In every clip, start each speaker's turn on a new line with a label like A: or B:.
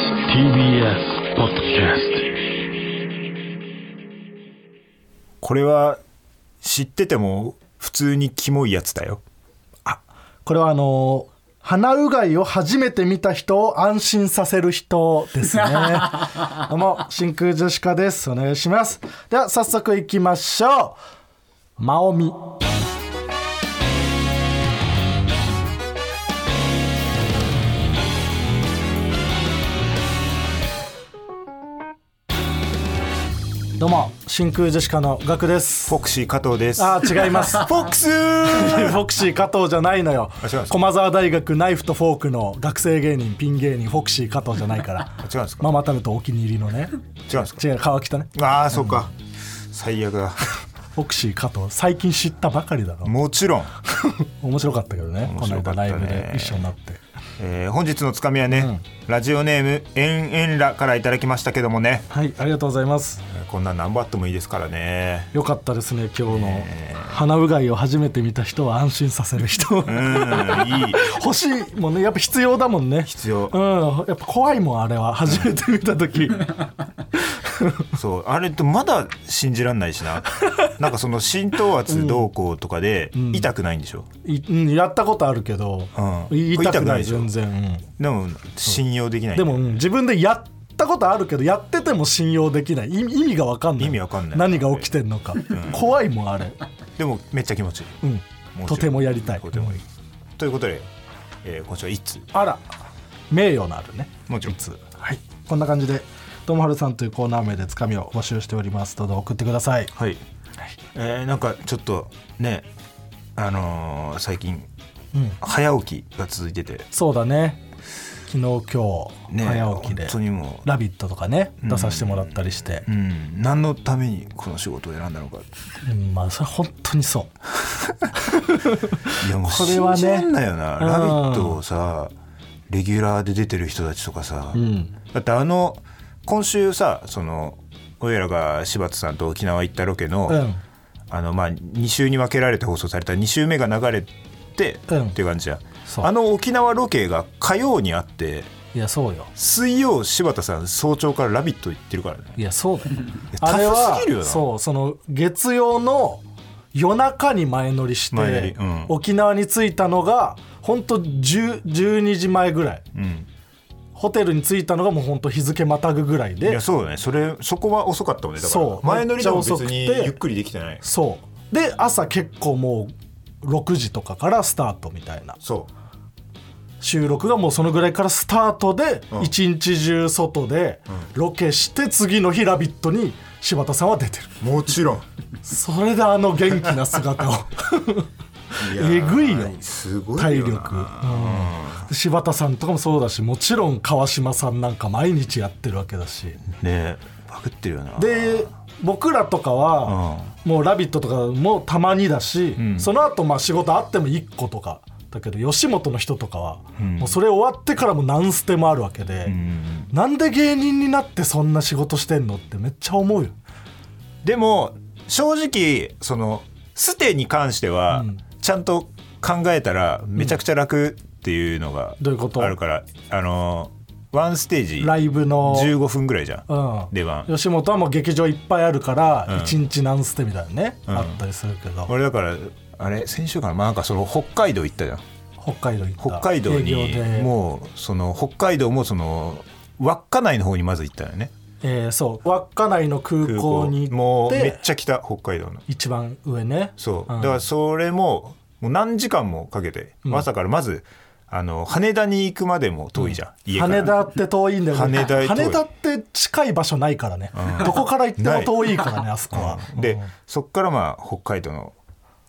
A: TBS ポッドキャス
B: これは知ってても普通にキモいやつだよ
C: これはあのー鼻うがいを初めて見た人を安心させる人ですね。どうも、真空ジェシカです。お願いします。では、早速行きましょう。まおみ。どうも、真空ジェシカのガクです
B: フ。ォクシー加藤です
C: あー、違います。
B: フォックス
C: いや フォクシー加藤じゃないのよ
B: あ違うんですか
C: 駒沢大学ナイフとフォークの学生芸人ピン芸人フォクシー加藤じゃないから
B: 違うんですか
C: ママタルトお気に入りのね
B: 違うんですか
C: 違う川北ね
B: ああそうか最悪だ
C: フォクシー加藤最近知ったばかりだ ろ
B: もちろん、
C: 面白かったけどね
B: 面
C: この
B: 白か
C: 間
B: った
C: ラ
B: ね
C: イブで一緒になって
B: えー本日のつかみはね、ラジオネームえんえんらからいただきましたけどもね
C: はいありがとうございます
B: えーこんなん何バットもいいですからね
C: よかったですね今日の鼻うがいを初めて見た人は安心させる人
B: うんいい
C: 欲しいもんねやっぱ必要だもんね
B: 必要
C: うんやっぱ怖いもんあれは初めて見た時
B: そうあれとまだ信じらんないしななんかその浸透圧どうこうとかで痛くないんでしょ、
C: いうんやったことあるけど、
B: うん
C: 言いたくない
B: 痛くない
C: 全
B: でし
C: 然、うん
B: でも信用できない
C: でも、うん自分でやったことあるけどやってても信用できない意味意味が分かんない
B: 意味わかんない
C: 何が起きてんのか、怖いもんあれ、
B: でもめっちゃ気持ちいい
C: うん
B: もちろん
C: とてもやりたい
B: とてもいいということで、えー、今週は一通
C: あら名誉のあるね
B: もちろん
C: はいこんな感じで「ともはるさん」というコーナー名でつかみを募集しておりますどうぞ送ってください
B: はい、えーなんかちょっとねあのー最近、
C: ん
B: 早起きが続いてて
C: そうだね昨日今日、
B: ね
C: 早起きで
B: 本当にも
C: 「
B: う
C: ラビット!」とかね出させてもらったりして、
B: うん、何のためにこの仕事を選んだのか
C: うんまあそれ本当にそう
B: いやもう
C: これはね
B: 信じらんないよな「
C: うん
B: ラビット!」をさレギュラーで出てる人たちとかさ、
C: ん
B: だってあの今週さその俺らが柴田さんと沖縄行ったロケの,、
C: うん
B: あのまあ、2週に分けられて放送された2週目が流れて、
C: うん
B: っていう感じじゃん
C: そう
B: あの沖縄ロケが火曜にあって
C: いやそうよ
B: 水曜柴田さん早朝から「ラビット!」行ってるからね
C: いやそうだよ
B: いや
C: あれ
B: タフ
C: は
B: すぎるよな
C: そうその月曜の夜中に前乗りして、
B: 前乗りうん
C: 沖縄に着いたのが本当10 12時前ぐらい
B: うん、
C: ホテルに着いたのがもう本当日付またぐぐらい
B: い
C: で
B: やそうだねそれそこは遅かったもんねだから
C: そう
B: 前乗りでも別
C: め
B: に
C: っちゃ遅くて
B: ゆっくりできてない
C: そうで朝結構もう6時とかからスタートみたいな
B: そう
C: 収録がもうそのぐらいからスタートで
B: うん
C: 一日中外でロケして次の日「ラビット!」に柴田さんは出てる
B: もちろん
C: それであの元気な姿を
B: やー
C: えぐいよ
B: すごい
C: 体
B: よ
C: 力、
B: な
C: うん柴田さんとかもそうだしもちろん川島さんなんか毎日やってるわけだし
B: ねえバグってるよな
C: で僕らとかはもう「ラビット!」とかもたまにだし、
B: ん
C: その後まあ仕事あっても1個とかだけど吉本の人とかはもうそれ終わってからも何捨てもあるわけで、
B: うん
C: なんで芸人になってそんな仕事してんのってめっちゃ思うよ
B: でも正直そのステに関しては、
C: うん
B: ちゃんと考えたらめちゃくちゃ楽っていうのが
C: どういうこと
B: あるから、あのワンステージ
C: ライブの、
B: 15分ぐらいじゃん、
C: うん、
B: 出番
C: 吉本はもう劇場いっぱいあるから
B: うん
C: 1日何捨てみたいなね、
B: うん
C: あったりするけど、
B: 俺だからあれ先週かな、まあ、なんかその北海道行ったじゃん
C: 北海道行った
B: 北海道に
C: 営業で
B: もうその北海道もその稚内の方にまず行ったよね
C: えーそう稚内の空港に行
B: も
C: っ
B: うめってちゃ北北海道の
C: 一番上ね
B: そう、
C: ん
B: だからそれももう何時間もかけて、
C: ん
B: 朝からまずあの羽田に行くまでも遠いじゃん、家から
C: 羽田って遠いんだよね
B: 羽田へ遠い
C: 羽田って近い場所ないからね、どこから行っても遠いからねあそこは、
B: で、
C: うん
B: そっからまあ北海道の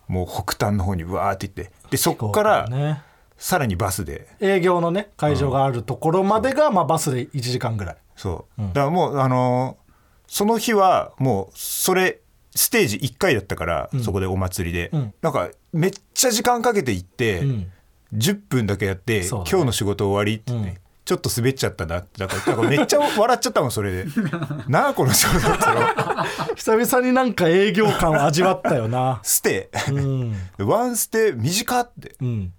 B: もう北端の方にわーって行ってでそっか
C: 飛行
B: ら
C: 機ね
B: さらにバスで
C: 営業のね会場があるところまでが、まあ、バスで1時間ぐらい
B: そう、だからもうあのーその日はもうそれステージ1回だったから、そこでお祭りで、
C: うん
B: なんかめっちゃ時間かけて行って、
C: うん
B: 10分だけやって、
C: そう
B: 今
C: だね
B: 日の仕事終わりってね、
C: うん
B: ちょっと滑っちゃったなだからだからめっちゃ笑っちゃったもんそれ でなあこの仕事って
C: 久々になんか営業 感を味わったよな
B: ステ
C: うん
B: ワンステ短って
C: うん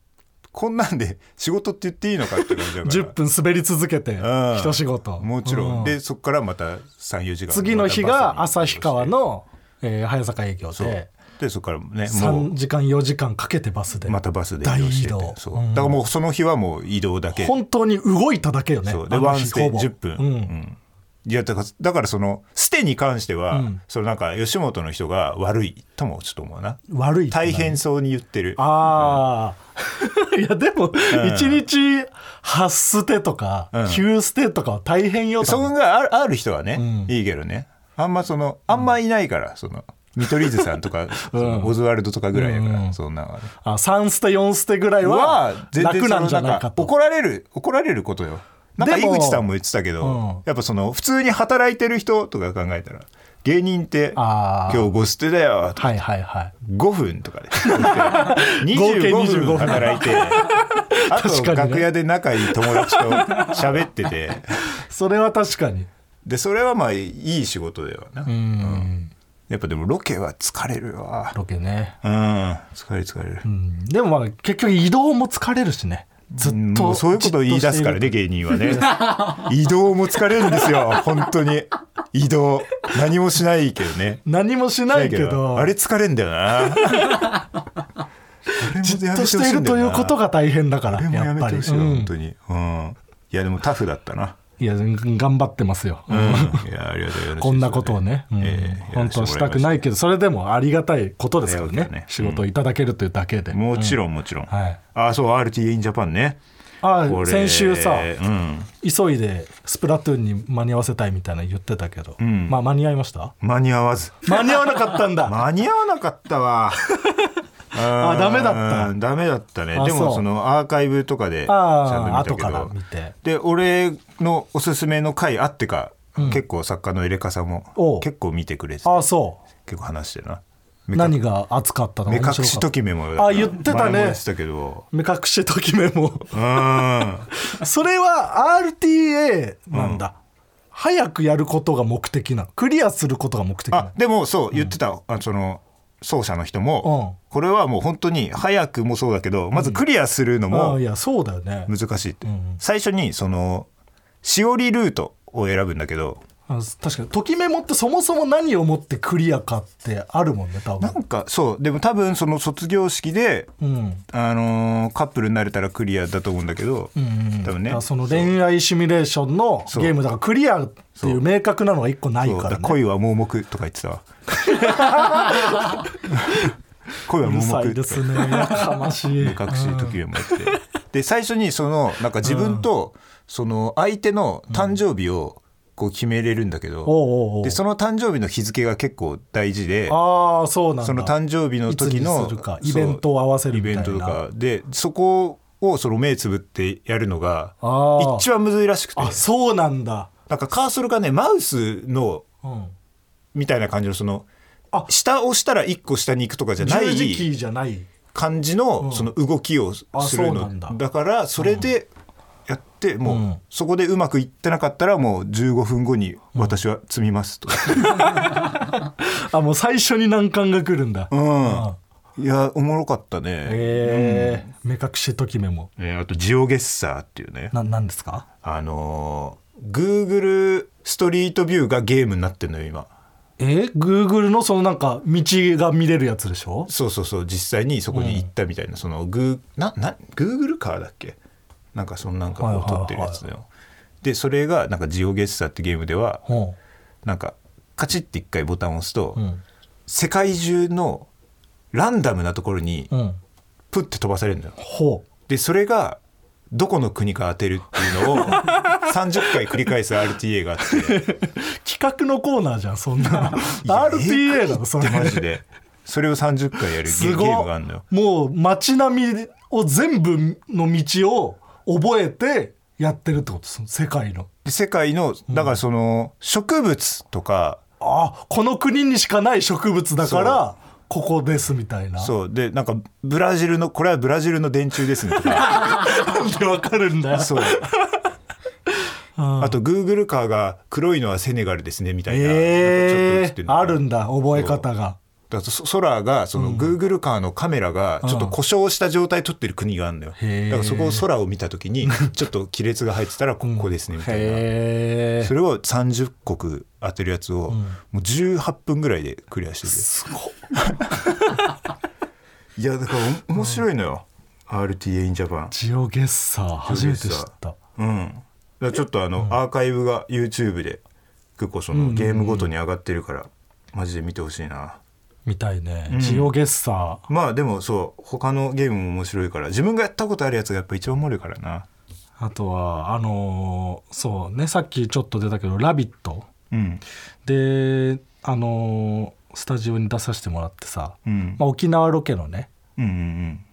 B: こんなんで仕事って言っていいのかって感じだから
C: 10分滑り続けて
B: うん
C: 一仕事
B: もちろん、
C: う
B: でそこからまた34時間
C: 次の日が旭
B: ま
C: 川の、えー早坂営
B: た
C: 業
B: バスに移動してそうで
C: で
B: そこからねも
C: 3時間4時間かけてバスで
B: うまたバスで
C: 大移
B: してて
C: 動
B: そう
C: うん
B: だからもうその日はもう移動だけ
C: 本当に動いただけよね
B: そうで
C: あの
B: ワン
C: 日
B: ステ
C: ほぼ
B: 10分、
C: うん
B: うんいやだからだからそのステに関しては、
C: うん
B: そのなんか吉本の人が悪いともちょっと思うな
C: 悪いってなる
B: 大変そうに言ってる
C: ああ いやでも1日8捨てとか
B: うん
C: 9捨てとかは大変よ
B: そ
C: 多分
B: んがあるある人はね、
C: うん
B: いいけどねあんまそのあんまいないから、その見取り図さんと か、そのオズワルドとかぐらいだから、
C: うん
B: そんなのはね
C: あ3捨て4捨てぐらいは
B: は全然
C: 楽
B: そ
C: な
B: の
C: んじゃ
B: な
C: ない
B: ん
C: か
B: か
C: と
B: 怒られる怒られることよなんか井
C: でも
B: 口さんも言ってたけど、
C: うん
B: やっぱその普通に働いてる人とか考えたら芸人って
C: あ
B: 今
C: ー
B: 日5捨てだよとか
C: はいはいはい
B: 5分とか で
C: 合計
B: 25
C: 25
B: 分
C: 分
B: 働いてあ
C: 確
B: と
C: かにね
B: 楽屋で仲いい友達と喋ってて
C: それは確かに
B: でそれはまあいい仕事だよな、
C: うん
B: やっぱでもロケは疲れるわ
C: ロケね
B: うん疲れる疲れる、
C: うんでもまあ結局移動も疲れるしねずっ
B: も
C: と
B: うそういうことを言い出すからね芸人はね 移動も疲れるんですよ本当に移動何もしないけどね
C: 何もしないけど
B: あれ疲れんだよ な
C: じっとしているということが大変だから
B: あれもや
C: やっ
B: め
C: ぱ
B: て
C: り
B: ほしいよ
C: うん
B: 本当にうんいやでもタフだったない
C: や頑張ってますよ、
B: うんいやありがとうよろしいですね
C: こんなことをね、うん
B: ええ
C: 本当はしたくないけどそれでもありがたいことですから
B: ありが
C: ね
B: たいね
C: 仕事をいただけるというだけで、
B: もちろんもちろん、
C: はい
B: あそう RTA in Japan ね
C: あ
B: これ
C: 先週さ
B: うん
C: 急いでスプラトゥーンに間に合わせたいみたいなの言ってたけど、
B: ん
C: まあ間に合いました
B: 間に合わず
C: 間に合わなかった んだ、
B: 間に合わなかったわ あ
C: ダメだった
B: ダメだったね
C: あ
B: でも
C: そ
B: そうのアーカイブとかでち
C: ああ
B: ゃんと
C: 後
B: 見た
C: か
B: け
C: ら
B: ど
C: 見て
B: で俺のおすすめの回あってか、結構作家の入れ方
C: お
B: も
C: う
B: 結構見てくれてて
C: ああそう
B: 結構話してるな
C: 何が熱かったの
B: 目
C: 面白か
B: 隠し
C: った
B: ときめもよ
C: あ言ってたね
B: 前も言ってたけど
C: 目隠しときめ も
B: うーん
C: それは RTA なんだ、早くやることが目的なのクリアすることが目的なの
B: あでもそう言ってた、あその奏者の人も、これはもう本当に早くもそうだけどまずクリアするの
C: あ
B: も
C: あいやそうだよね
B: 難しいって、
C: うんうん
B: 最初にそのしおりルートを選ぶんだけど
C: あ確かにときめもってそもそも何をもってクリアかってあるもんね多
B: な
C: 分
B: んかそうでも多分その卒業式で、
C: うんうん
B: あのーカップルになれたらクリアだと思うんだけど、
C: うん
B: 多分
C: だ
B: ね
C: からその恋愛シミュレーションの
B: そう
C: ゲームだからクリアっていう明確なのが一個ない
B: そう
C: か
B: だ
C: ら
B: から
C: ね
B: 恋は盲目とか言ってたわ 恋は
C: う
B: 盲
C: るさ
B: 目
C: いですねやかましい
B: 目隠し時計もやって、 で最初にそのなんか自分とその相手の誕生日をこう決めれるんだけど、
C: おうおうおう
B: でその誕生日の日付が結構大事で
C: ああそうなんだ
B: その誕生日の時
C: いつに
B: の
C: するか
B: そう
C: イベントを合わせるみたいな
B: イベントとかでそこをその目つぶってやるのが
C: あー
B: 一番むずいらしくて
C: あそうなんだ、
B: なんかカーソルがねマウスの
C: うん、
B: みたいな感じのその
C: あ
B: 下を押したら1個下に行くとかじゃない
C: 十字キーじゃない
B: 感じ
C: う
B: の
C: ん
B: その動きをす
C: あ
B: る
C: そうな
B: の、
C: んだ
B: だからそれでやって、もう、
C: うん
B: そこでうまくいってなかったらもう15分後に「私は積みます」 とか、
C: あもう最初に難関が来るんだ、
B: う
C: へ
B: んいやおもろかったね、
C: え目隠しときめも
B: えーあとジオゲッサーっていうね
C: ななんですか
B: あのー Google ストリートビューがゲームになってんのよ今
C: え Google のそのなんか道が見れるやつでしょ
B: そうそうそう実際にそこに行ったみたいな、そのグーなな Google カーだっけなんかそのなんか
C: は
B: こ
C: いはいう
B: 撮
C: はい
B: ってるやつだよ、でそれがなんかジオゲッサーってゲームでは
C: ほ
B: なんかカチッて一回ボタンを押すと、
C: ううん
B: 世界中のランダムなところに
C: うん
B: プッて飛ばされるのよ。
C: ほう
B: でそれがどこの国か当てるっていうのを 30回繰り返す RTA があって
C: 企画のコーナーじゃんそんな
B: いや
C: RTA だろそれ
B: マジでそれを30回やるゲ
C: す
B: ーゲームが
C: ご
B: あ
C: い
B: るのよ。
C: もう街並みを全部の道を覚えてやってるってことその世界の
B: で世界のだからその植物とか、
C: あこの国にしかない植物だからここですみたいな
B: そうでなんかブラジルのこれはブラジルの電柱ですねとか
C: なんでわかるんだよ
B: そう
C: うん
B: あとグーグルカーが黒いのはセネガルですねみたいな,、
C: え
B: なんかちょっと映ってる
C: え
B: のかな
C: あるんだ覚え方が
B: だからそ空がその Google カーのカメラがちょっと故障した状態撮ってる国があるのよ、
C: へー
B: だからそこを空を見た時 にちょっと亀裂が入ってたらここですねみたいな、
C: へ
B: それを30国当てるやつをもう18分ぐらいでクリアしてて、
C: すご
B: いやだからお面白いのよ、RTA in Japan
C: ジオゲッサー初めて知った
B: うん、だからちょっとあの、アーカイブが YouTube で結構そのゲームごとに上がってるから、マジで見てほしいな
C: みたいね、ジオゲッサー
B: まあでもそう他のゲームも面白いから自分がやったことあるやつがやっぱ一番おもろいからな
C: あとはあのーそうねさっきちょっと出たけど「ラビット!
B: うん」
C: であのースタジオに出させてもらってさ、
B: うん
C: まあ、沖縄ロケのね
B: うんうん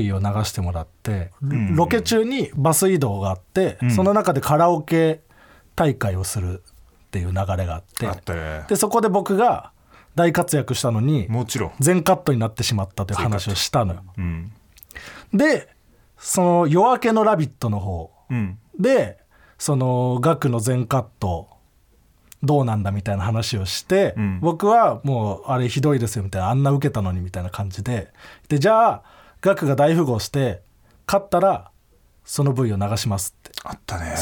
C: V を流してもらって、
B: ん
C: ロケ中にバス移動があって、
B: ん
C: その中でカラオケ大会をするっていう流れがあって
B: あったね
C: でそこで僕が大活躍したのに
B: もちろん
C: 全カットになってしまったという話をしたのよ
B: うん
C: でその夜明けの「ラビット!」の方
B: うん
C: でその額の全カットどうなんだみたいな話をして、
B: うん
C: 僕はもうあれひどいですよみたいなあんな受けたのにみたいな感じででじゃあ額が大富豪して勝ったらその部位を流しますって
B: あったね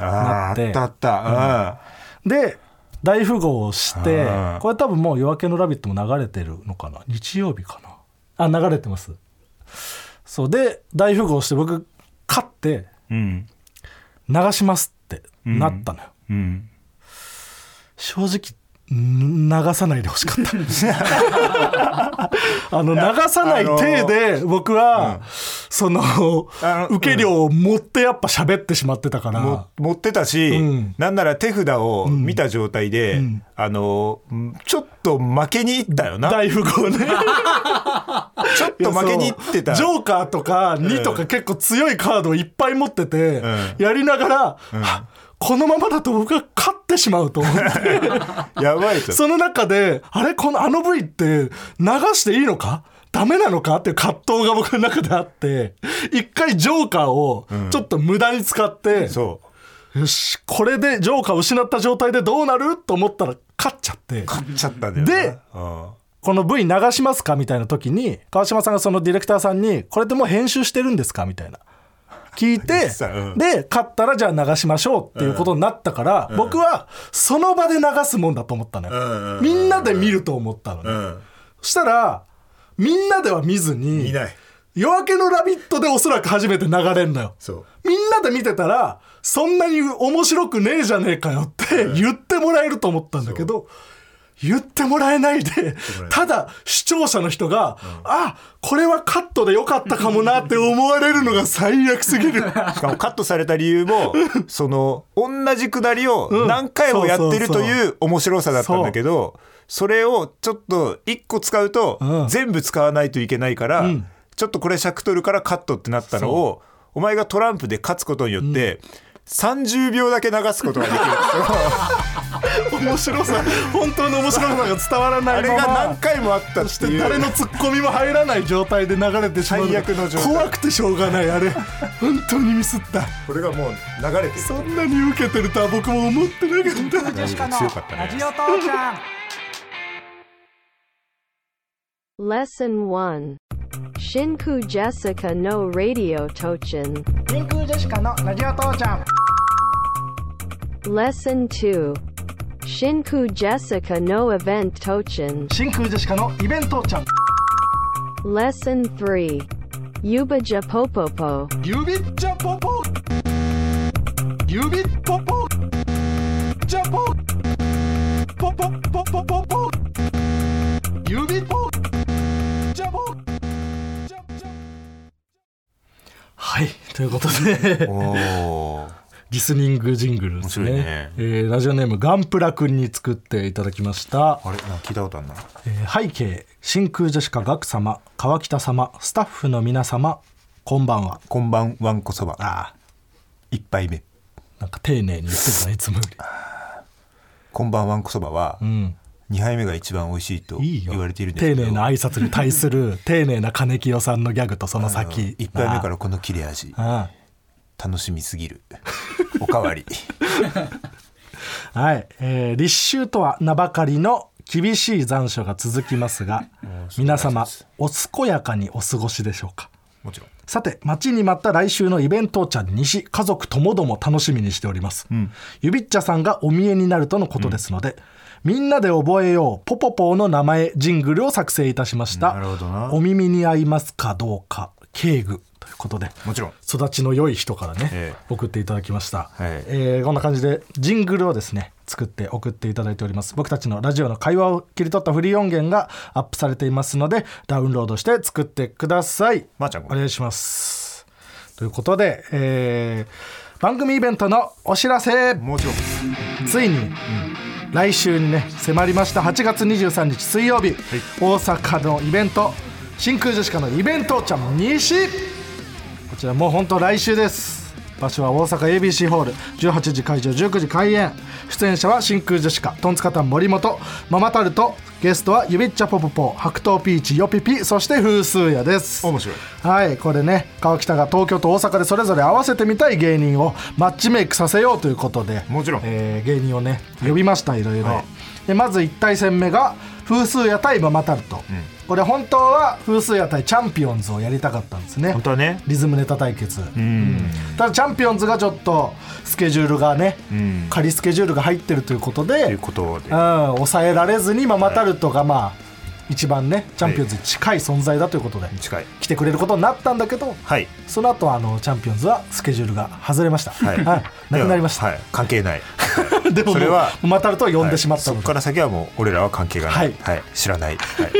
B: あ
C: な
B: あ
C: って
B: ーあったあった
C: で大富豪をして
B: あー
C: これ多分もう「夜明けのラビット!」も流れてるのかな日曜日かなあ流れてますそうで大富豪して僕勝って
B: うん
C: 流しますってなったのよ、
B: うんうん
C: 正直ん流さないでほしかった あの流さない体で僕は、その
B: あの
C: 受け料を持ってやっぱ喋ってしまってたから、
B: も持ってたし、
C: うん
B: なんなら手札を見た状態で、
C: ん
B: あのうんちょっと負けにいったよな
C: 大富豪ね
B: ちょっと負けにいってた
C: ジョーカーとか2と
B: う
C: か結構強いカードをいっぱい持ってて、
B: うん
C: やりながら、あこのままだと僕は勝ってしまう と思って。
B: やばいと
C: その中で、あれこの、あの部位って流していいのかダメなのかっていう葛藤が僕の中であって、一回ジョーカーをちょっと無駄に使って、
B: そう
C: よし、これでジョーカーを失った状態でどうなると思ったら勝っちゃって、
B: 買っちゃったんだよな
C: でこの V 流しますかみたいな時に、川島さんがそのディレクターさんに、これってもう編集してるんですかみたいな。聞いて
B: さ うん、
C: で、勝ったらじゃあ流しましょうっていうことになったから、僕はその場で流すもんだと思ったの
B: うんうんうん
C: よ
B: う。ん
C: みんなで見ると思ったのね
B: う。ん
C: そしたら、みんなでは見ずに、
B: いない
C: 夜明けのラビットでおそらく初めて流れんのよ。
B: そう
C: みんなで見てたら、そんなに面白くねえじゃねえかよって言ってもらえると思ったんだけど、言ってもらえないで、ただ視聴者の人が、あ、これはカットでよかったかもなって思われるのが最悪す ぎる。
B: しかもカットされた理由もその同じくだりを何回もやってる
C: そ
B: と
C: うそうそ
B: いう面白さだったんだけどそれをちょっと1個使う
C: う
B: と
C: ん
B: 全部使わないといけないから
C: ん
B: ちょっとこれ尺取るからカットってなったのをお前がトランプで勝つことによって30秒だけ流すことができ る
C: 面白さ、本当の面白さが伝わらな
B: あ
C: い
B: れ
C: まま。
B: が何回もあったっ
C: してて
B: いう
C: 誰のツッコミも入らない状態で流れてしまう
B: 最悪の状態
C: 怖くてしょうがないあれ本当にミスった
B: これがもう流れてる
C: そんなに受けてるとは僕も思ってなかった
B: 強かったね
D: Lesson 1. Shinku Jessica no Radio Tochin.
E: 真空ジェシカのラジオ父ちゃん
D: Lesson 2. Shinku Jessica no Event Tochin.
E: 真空ジェシカのイベントちゃん
D: Lesson 3. Yubaja Popopo.
C: 指ジャポポ指ポポジャポポポポポポポ指ポジャポはいということで
B: おー
C: リスニングジングルです
B: 面白
C: ね
B: いね
C: えーラジオネームガンプラ君に作っていただきました、
B: あれなんか聞いたことあるな
C: えー背景真空ジェシカガク様川北様スタッフの皆様こんばんは
B: こんばんわんこそば
C: あ
B: 1杯目
C: なんか丁寧に言ってたいつもより
B: こんばんわんこそばは、
C: うん
B: 2杯目が一番美味しいと
C: いいよ
B: 言われているんですけ
C: 丁
B: ど
C: 寧な挨拶に対する 丁寧な金清さんのギャグとその先
B: 1杯目かららこの切れ味
C: あ
B: 楽しみすぎる おかわり
C: あはい、えー立秋とは名ばかりの厳しい残暑が続きますが皆様お健やかにお過ごしでしょうか
B: もちろん
C: さて待ちに待った来週のイベントちゃん西家族ともども楽しみにしております、ゆびっちゃさんがお見えになるとのことですので、みんなで覚えようポポポーの名前ジングルを作成いたしました
B: なるほどな
C: お耳に合いますかどうか敬具ということで
B: もちろん
C: 育ちの良い人からね、
B: ええ
C: 送っていただきました、
B: い
C: えーこんな感じでジングルをですね作って送っていただいております僕たちのラジオの会話を切り取ったフリー音源がアップされていますのでダウンロードして作ってください
B: まーちゃん
C: お願いしますということで、えー番組イベントのお知らせ
B: もちろん
C: ついに、来週にね迫りました8月23日水曜日、大阪のイベント真空ジェシカのイベントちゃん西こちらもう本当来週です場所は大阪 ABC ホール18時会場19時開演出演者は真空ジェシカトンツカタン森本ママタルトゲストはゆびっちゃぽぽぽ白桃ピーチよぴぴそして風数やです
B: 面白い
C: はいこれね川北が東京と大阪でそれぞれ合わせてみたい芸人をマッチメイクさせようということで
B: もちろん
C: えー芸人をね呼びました、い、ろいろ、
B: はい
C: でまず1対戦目が風数屋対ママタルト、これ本当は風数屋対チャンピオンズをやりたかったんですね
B: 本当はね
C: リズムネタ対決、ただチャンピオンズがちょっとスケジュールがね、
B: ん
C: 仮スケジュールが入ってるということで
B: ということで
C: うん、抑えられずにママタルトがまあ、一番ねチャンピオンズに近い存在だということで、
B: 近い
C: 来てくれることになったんだけど、
B: はい
C: その後あのチャンピオンズはスケジュールが外れました、はいなくなりました、
B: はい関係ない
C: でも
B: それ
C: もう
B: は
C: ママタルトを呼んでしまった
B: はいそ
C: ので、
B: こから先はもう俺らは関係がない
C: はい
B: はい知らないはい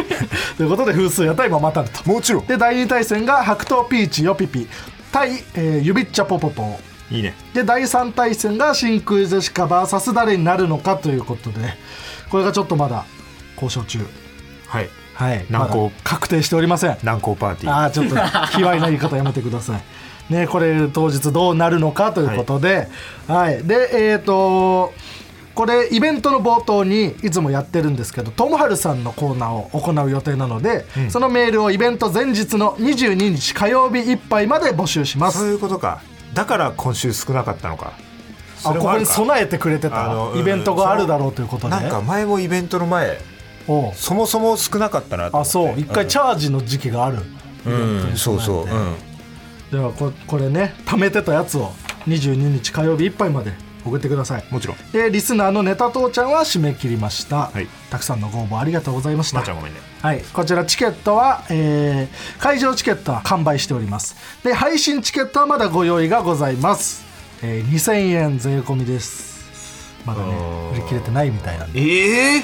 C: ということで風数屋対ママタルト
B: も ちろん
C: で第2対戦が白桃ピーチヨピピ対、えー、ゆびっちゃぽぽぽ
B: いいね
C: で第3対戦が真空ジェシカ VS 誰になるのかということでこれがちょっとまだ交渉中
B: はい
C: はい
B: 難航
C: まだ確定しておりませんあ
B: 難航パーティー
C: あーちょっと卑猥な言い方やめてくださいねこれ当日どうなるのかということではい、でえっ、とこれイベントの冒頭にいつもやってるんですけどともはるさんのコーナーを行う予定なので、そのメールをイベント前日の22日火曜日いっぱいまで募集しま
B: そう
C: す
B: いうことかだから今週少なかったのか
C: あ
B: それ
C: こ
B: も
C: こ
B: る
C: に
B: か
C: 備えてくれて
B: あ
C: た
B: のうん
C: イベントがあるだろうということで
B: なんか前もイベントの前
C: おう
B: そもそも少なかったなと思
C: あ
B: って
C: そう一回チャージの時期がある
B: うんうんそうそううん
C: ではここれね貯めてたやつを22日火曜日いっぱいまで送ってください
B: もちろん
C: でリスナーのネタ父ちゃんは締め切りました、
B: はい
C: たくさんのご応募ありがとうございました、
B: まーちゃんごめんね
C: はい、こちらチケットは、えー会場チケットは完売しておりますで配信チケットはまだご用意がございます、えー2000円税込みですまだね売り切れてないみたいなんで
B: ええ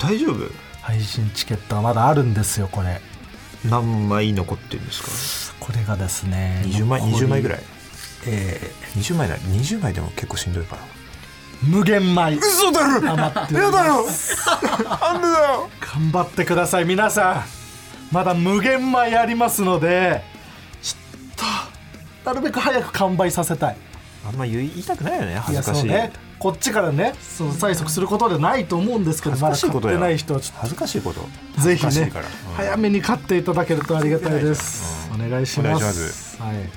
B: 大丈夫
C: 配信チケットはまだあるんですよこれ
B: 何枚残ってるんですか
C: これがですね
B: 20枚20枚ぐら
C: い、
B: い
C: えー
B: 20枚だ20枚でも結構しんどいから
C: 無 限米
B: 嘘だろ
C: 余っており
B: や
C: ます
B: だろなんでだよ
C: 頑張ってください皆さんまだ無限米ありますのでちょっとなるべく早く完売させたい
B: あんま言いたくないよね
C: い
B: 恥
C: や
B: ず
C: そ
B: か
C: う
B: しい
C: ねこっちからねその催促することでないと思うんですけど
B: 恥ず
C: ま
B: か
C: だ
B: しい
C: 買っ
B: ことや
C: てない人はちょっ
B: 恥ずかしいこと
C: とぜひ
B: 恥ずかし
C: ね
B: いからうん
C: 早めに買っていただけるとありがたいですお願いし
B: お願
C: ま
B: いします
C: はい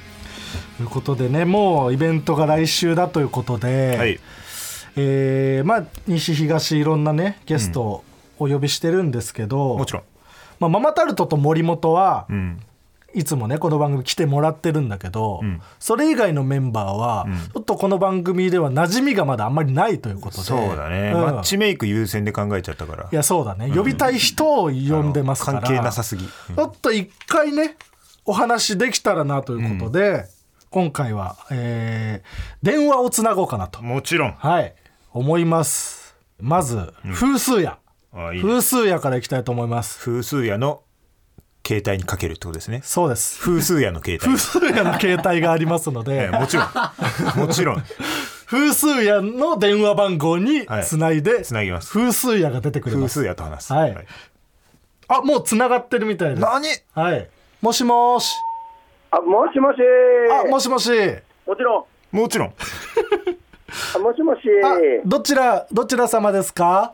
C: ということでねもうイベントが来週だということで、
B: はい
C: えーまあ、西東いろんなねゲストをお呼びしてるんですけど、
B: もちろん
C: まあ、ママタルトと森本は
B: うん
C: いつもねこの番組来てもらってるんだけど、
B: ん
C: それ以外のメンバーは、ちょっとこの番組では馴染みがまだあんまりないということで
B: そうだね
C: ん
B: マッチメイク優先で考えちゃったから
C: いやそうだね呼びたい人を呼んでますから
B: 関係なさすぎうん
C: ちょっと一回ねお話できたらなということで、今回は、えー電話をつなごうかなと、
B: もちろん
C: はい思いますまず風数屋、
B: あいいね
C: 風数屋からいきたいと思います
B: 風数屋の携帯にかけるってこと ですね
C: そうです
B: 風数屋の携
C: 風
B: 帯
C: 数屋の携帯がありますので
B: ええもちろん もちろん
C: 風数屋の電話番号につないで、
B: つなぎます
C: 風数屋が出てくれま
B: 風
C: す
B: 数屋と話す
C: はいあもうつながってるみたいです
B: 何
C: はいもしもし
F: あ、もしもし。
C: あも
F: し。
C: しもし
F: もちろん。
B: もちろん
F: あ、もしもし。
C: あどちらどちら様ですか
F: あ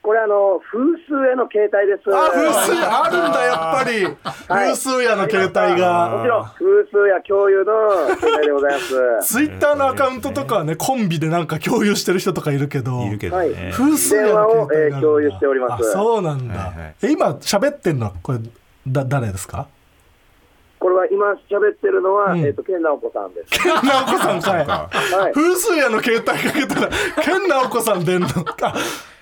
F: これあの、風数への携帯です。
C: あ、風水あるんだ、やっぱり。
F: はい
C: 風水屋の携帯
F: も
C: が。
F: ちろん、風数や共有の携帯でございま す。
C: ツイッターのアカウントとかはね、コンビでなんか共有してる人とかいるけど。
B: いるけど
F: はい
B: ね。
C: 風水屋の携帯があるんだ
F: 電話をえー共有しております
C: あそうなんだ。
B: はいはい
C: え今、喋ってんのは、これ、だ、誰ですか
F: これは今喋ってるのは、
C: うん
F: えっと、健直子さんです。
C: ケンナオコさんかい。
F: はい。
C: 風水屋の携帯かけたら、ケンナオコさん出んのか。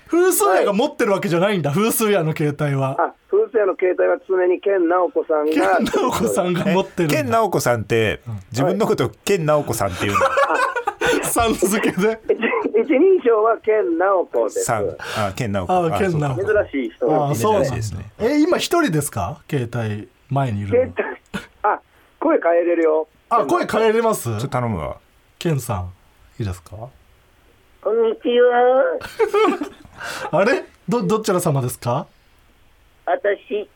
C: 風水屋が持ってるわけじゃないんだ、風水屋の携帯は。
F: あ、風船の携帯は常に健直子さん
C: ケ
F: が。
C: ンナオコさんが持ってるんだ。
B: 健直子さんって自分のことを健直子さんっていうの。
C: さん付けで。
F: 一一人称は健直子です。
B: さん
F: 珍、
B: あ健直子。
C: あ健
B: そうか
C: 直子
F: しい人なん
C: あ
F: です。
C: そ
B: 珍
C: うな
B: しい
C: んだ
B: ですね
C: え今一人ですか携帯前にいる
F: 携
C: の
F: 帯、あ、声変えれるよ。
C: あ声変えれます
B: ちょっと頼むわ。
C: ケンさんいいですか
F: こんにちは。
C: あれどどちら様ですか
F: 私、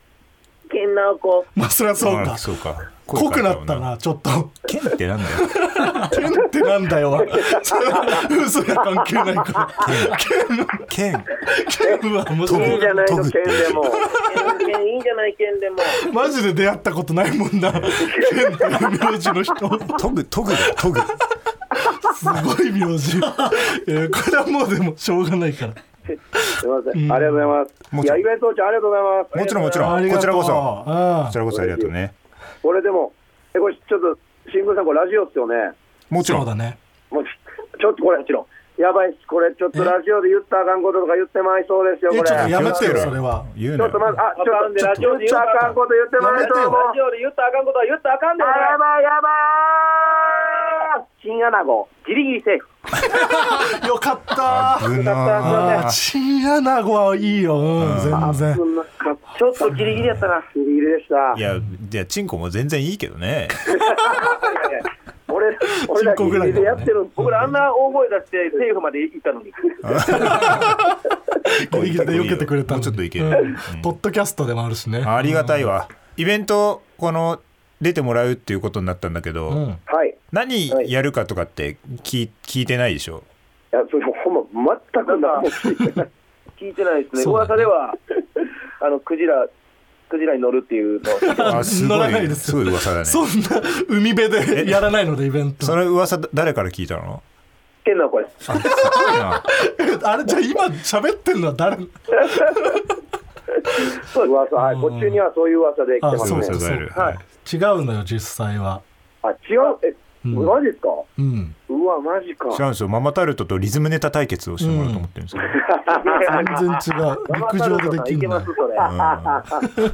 F: 健直子。
C: まあそりゃそう
B: あ
C: か
B: そうか。
C: 濃くなっ
B: 声
C: た
B: 変え
C: なちょっと
B: たもんな。健ってなんだよ。
C: 「ケンってなんだよ」はそれは嘘や関係ないから
B: 健。
C: 「ケンは面
F: い
C: 白
F: いじゃ
C: い
F: ないの、健でも。健、いいじゃない、健でも。
C: マジで出会ったことないもんなケンっていう名字の人
B: 研ぐ研ぐだよ研ぐ。
C: すごい名字いやこれはもうでもしょうがないから
F: すみません。ありがとうございま
B: も
F: す。い
B: ちろ
F: や、
B: ん
F: イベント長ありがとうございます。
B: もちろんもちろん
C: ありがとう
B: こちらこそ
C: うん
B: こちらこそありがとうね。
F: これでも、え、これちょっと、新宮さん、これラジオっすよね。
B: もちろ。
C: そうんだね
F: もうちょちょっとこれ、もちろん。やばいっす。これ、ちょっとラジオで言ったらあかんこととか言ってまいそうですよ、
C: えちょ
F: こ
C: っ
F: れ。
C: とやめ
B: 気をつ
C: て
B: け
C: よ
B: ろ
C: それは
B: 言う
F: ちょ
B: な
F: っとま
B: よ。
F: ず、あ、ちょっと、ラジオで言ったらあかんこと言ってまいそう。ラジオで言ったらあかんことは言ったらあかんで。やばい、やばい新アナゴ、ギリギリセーフ。
C: よかった
B: 危な
C: あー
B: ー。
C: チンアナゴはいいよ、うん、全然
F: そんなかちょっとギリギリやったな。ギリギリでした
B: い。やいやチンコも全然いいけどね。
F: 俺俺ら
C: 人口ぐらいだもんね
F: でやってるん僕らあんな大声出して政府まで行ったのに
C: ギリギリで避けてくれた
B: もうちょっといける
C: うん
B: うん
C: ポッドキャストでもあるしね
B: ありがたいわ。イベントこの出てもらうっていうことになったんだけど、
C: うん
F: はいい
B: 何やるかとかって聞い聞いてないでしょ。
F: やそれほんま全くな聞いてないですね
C: そうだね
F: 噂ではあのクジラクジラに乗るっていうの
B: あす
C: 乗
B: ご
C: らないで
B: いす
C: す
B: ごい噂だね。
C: そんな海辺で
B: え
C: やらないのでイベント
B: その噂だ誰から聞いたの？
F: 変なこれ
B: あすごいな。
C: あれじゃあ今喋ってんのは誰
F: そうです噂はいこっちにはそういう噂で来て
C: あ
F: ま
C: そ
F: す
C: う
F: ね
C: そうそ
B: そ
C: う
B: う
C: 違
B: そううはい
C: のよ実際は
F: あ違うえ、
C: ん
F: マジですか
C: うん
F: うわマジ
B: 違
F: か
B: うんですよ。ママタルトとリズムネタ対決をしてもらおうと思ってるんですよ。
C: 全然違う陸上ででき
F: い
C: ん
F: け
C: の
F: ま
C: よ
F: すそれ、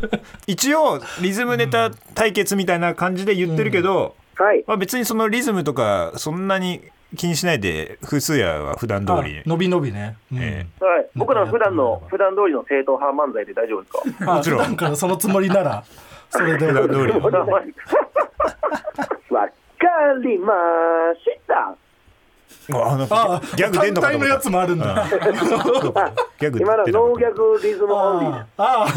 B: 一応リズムネタ対決みたいな感じで言ってるけど、
F: はい
B: まあ、別にそのリズムとかそんなに気にしないで風数やは普段通
C: あ
B: り
C: 伸び伸びね、うん
B: え
F: はい、僕らの普段の普段通りの正統派漫才で大丈夫ですか
C: あ
B: もちろん
C: 普段からそのつもりならそれで
B: 普段通り
F: わかりました。
B: ああなん
C: あ
B: かギャグ出んのかと思
C: 単体の
B: っ
C: や
B: た
C: つもあるんだ
B: ギャグ出て
F: 今
B: なか
F: のは
B: った
F: ノーギャグリズムオンリー
C: ああ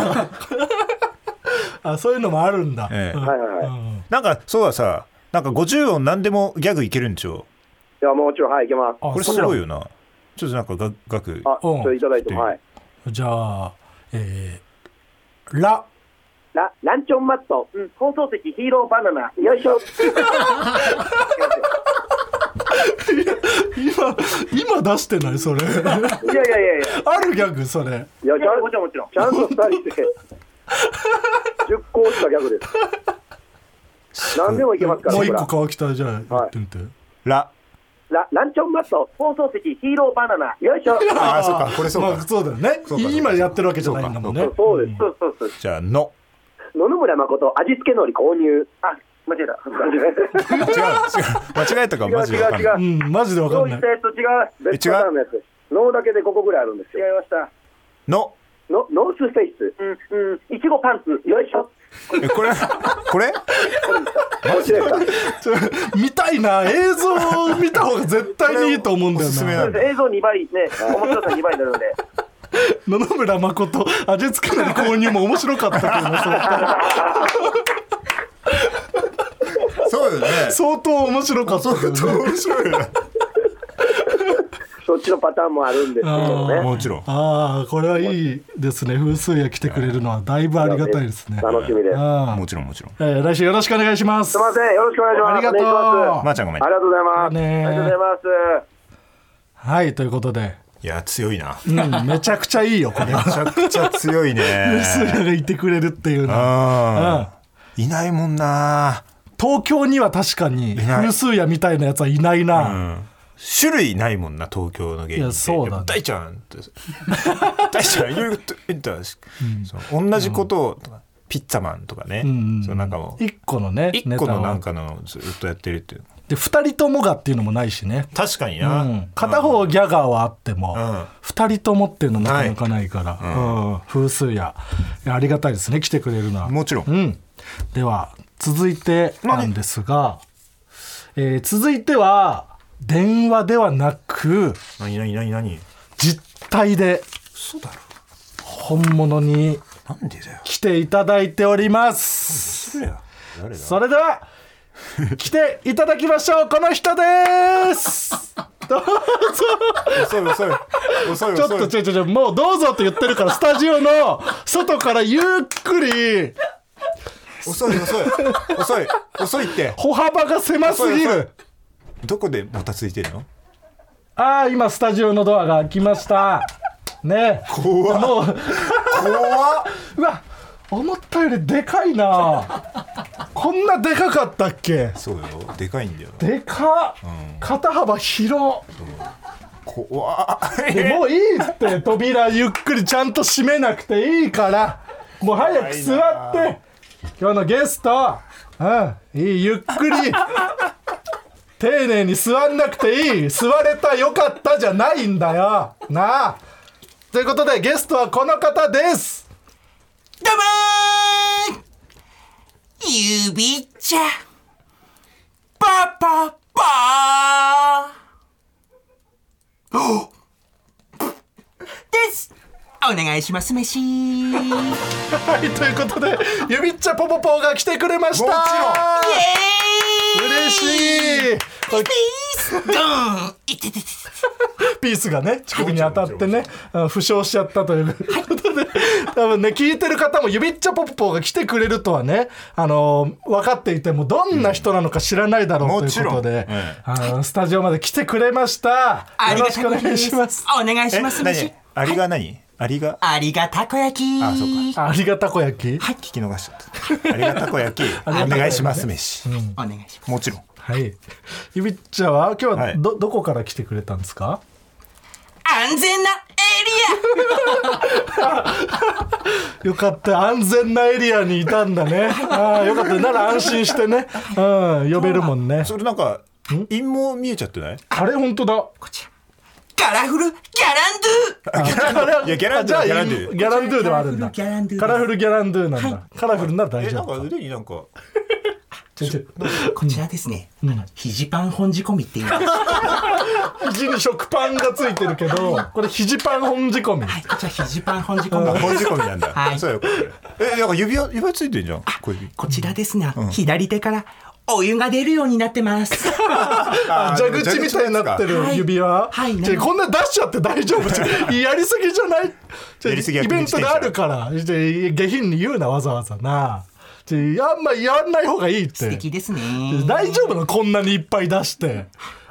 C: ああそういうのもあるんだ、
B: ええ
C: うん
F: はいはいはい
C: うん
B: なんかそうださなんか50音何でもギャグいけるんちょ
F: いや、もちろん、はい、いけます。
C: あ
B: これす
C: そうなの
B: ごいよなちょっとなんかが学
F: あ、ちょっといただいても、
B: うん
F: はい。
C: じゃあ、えー、ラ、
F: ラランチョンマット、うん、放送席ヒーローバナナ、よいしょ。
C: 今、今出してないそれ。 あ
F: いやいやいやい
C: るギャグそれ。
F: や、いや、ちゃんもちろん、もちろん。ちゃんと二 人で、10個落ちたギャグです。何でもいけますから、
C: もう一
F: 僕ら
C: 個川北じゃあ、やってみて。
B: ラ
F: ラランチョンマット、放送席ヒーローバナナ、よいしょ。
B: ああそうかこれそう
C: ま
B: か、
C: あ、そうだよね
B: そうかそう。か
C: 今やってるわけじゃないんだもんね。
B: そう
F: そうです、そうそうそう。
B: じゃあの
F: 野々村誠、味付け海苔購入。あ、間違え
B: 違
F: た。
B: う違う間違えたかマジで分かんない
F: 違う違う違う
C: うん、マジでわか
F: そうんい
C: ない
F: った。やつと違う。別パターンのやつ。脳だけで5個ぐらいあるんですよ。違いました。
B: の
F: のノースフェイス。うん、うん。いちごパンツ。よいしょ。
B: えこれ こ れ
F: 間違えた。
C: ちょ見たいな。映像を見た方が絶対にいいと思うんだよ
B: おすすめな
C: な。
B: んだ
F: 映像2倍ね、面白さ2倍になるので。
C: 野々村誠、味付けの購入も面白かったけどな、 それ
B: そうよね
C: 相当面白かったけどね。
B: 面白いよね
F: そっちのパターンもあるんですけどね。
B: もちろん。
C: ああこれはいいですね風水屋来てくれるのはだいぶありがたいですね
F: 楽しみです。す
C: ああ
B: もちろんもちろん。
C: えー来週よろしくお願いします
F: みません、よろしくお願いします。
C: ありがとう
F: お願いします
B: まーちゃんごめん
F: あり。がとうございます。
C: ね
F: ありがとうございます。
C: はいということで、
B: いや、強いな。
C: う
B: め
C: ん、めちゃくちゃいいよこれ
B: ちゃくちゃ強い ね。
C: 風水屋がいてくれるっていうのは
B: うん。いないもんな。
C: 東京には確かに
B: ない
C: 風水屋みたいなやつはいないな、
B: 種類ないもんな東京の芸人
C: い
B: っ
C: や
B: て
C: そうだね
B: やっぱ大ちゃんって 大ちゃんいろいろと言ったらしそう同じことをとかピッツァマンとかね、
C: ん
B: そうなんかもう
C: 一個のね
B: 一個
C: ネタ
B: の
C: を
B: なんかのずっとやってるっていう
C: で2人ともがっていうのもないしね、
B: 確かに
C: う
B: な、
C: ん、片方ギャガーはあっても、
B: うん
C: 二2人ともっていうのなかなかないから、うん風水屋いやありがたいですね来てくれるのは
B: もちろん
C: うん、では続いてなんですが、えー続いては電話ではなく
B: 何何何何
C: 実体で
B: 嘘だろ
C: 本物に
B: なんでだよ
C: 来ていただいております
B: それや誰だ
C: それで は来ていただきましょうこの 人ですどうぞ
B: 遅い遅い遅い遅い
C: ちょっとちょいちょいちょいもうどうぞって言って るからスタジオの外からゆっくり
B: 遅い遅い遅い遅いって
C: 歩幅が狭すぎ
B: 遅い遅
C: る
B: いどこでもたついてるの
C: ああ今スタジオのドアが開きましたね
B: 怖っ
C: もう
B: 怖っ
C: うわ思ったよりでかいなこんなでかかったっけ
B: そうよでかいんだよな
C: でかっ、肩幅広
B: 怖っ
C: でもういい って扉ゆっくりちゃんと閉めなくていいからもう早く座って今日のゲストうんいいゆっくり 丁寧に座んなくていい座れたよかったじゃないんだよなあということでゲストはこの方です
G: どうもーゆびちゃん。パパパーお です。お願いしま す、飯。イエー
C: はいということ でゆびっちゃぽぽぽが来てくれました
B: も
G: イ
C: 嬉しいこれ
G: ピースドーンいてててて
C: ピースがね乳首に当たってねうん負傷しちゃったということ で多分ね聞いてる方も指っちゃポッポが来てくれるとはねあのー分かっていてもどんな人なのか知らないだろ
B: う
C: う
B: ん
C: ということ
B: もちろんえ
C: で
B: え
C: あのスタジオまで来てくれました
G: あ
C: よ
G: り
C: ろ
G: が
C: したくお
G: こ
C: 願
G: 焼
C: い
G: き
C: し
G: で
C: ますす。
G: お願いします、
B: 何
G: 飯。
B: アリが何アリが
G: ありがたこ焼き。
B: あそうか
C: ありがたこ焼き
B: はい聞き逃しちゃったありがたこ焼きお願いします飯
G: お願いします。
B: もちろん
C: はい指っちゃは今日は
B: はい
C: どどこから来てくれたんですか
G: 安全なエリ
C: よかった安全なエリアにいたんだねああよかったなら安心してねうん呼べるもんね
B: それなんか陰謀見えちゃってない
C: あれ本当だ
G: アカラフルギャランドゥ
B: いやギャランドゥ
C: あじ
B: ギャ
C: ゃあ
B: ランドゥ
C: ギャランドゥではあるんだ
G: ギャランドゥ
C: カラフルギャランドゥなんだ、カラフルなら大
B: え
C: 丈
B: なん か
C: 夫
B: 腕になんか
G: こちらですね、あの肘パン本仕込 みっていうのが、
C: 肘に食パンがついてるけどこれ肘パン本仕込み、
G: はい、こちら肘パン本仕込
B: あ
G: み、
B: 本仕込みなんだ、
G: はい
B: そうよこれえなんか指輪指輪ついてんじゃん小指
G: こちらですが、左手からお湯が出るようになっ てます。
C: あ蛇口みたいになって
G: は
C: る
G: い
C: 指輪、
G: はい
C: ちょこんな出しちゃって大丈夫ちょやりすぎじゃないちょ
B: やりすぎは
C: イベントであるからちょ下品に言うなわざわざなちょあんまやんない方がいいって
G: 素敵ですね。
C: 大丈夫なのこんなにいっぱい出して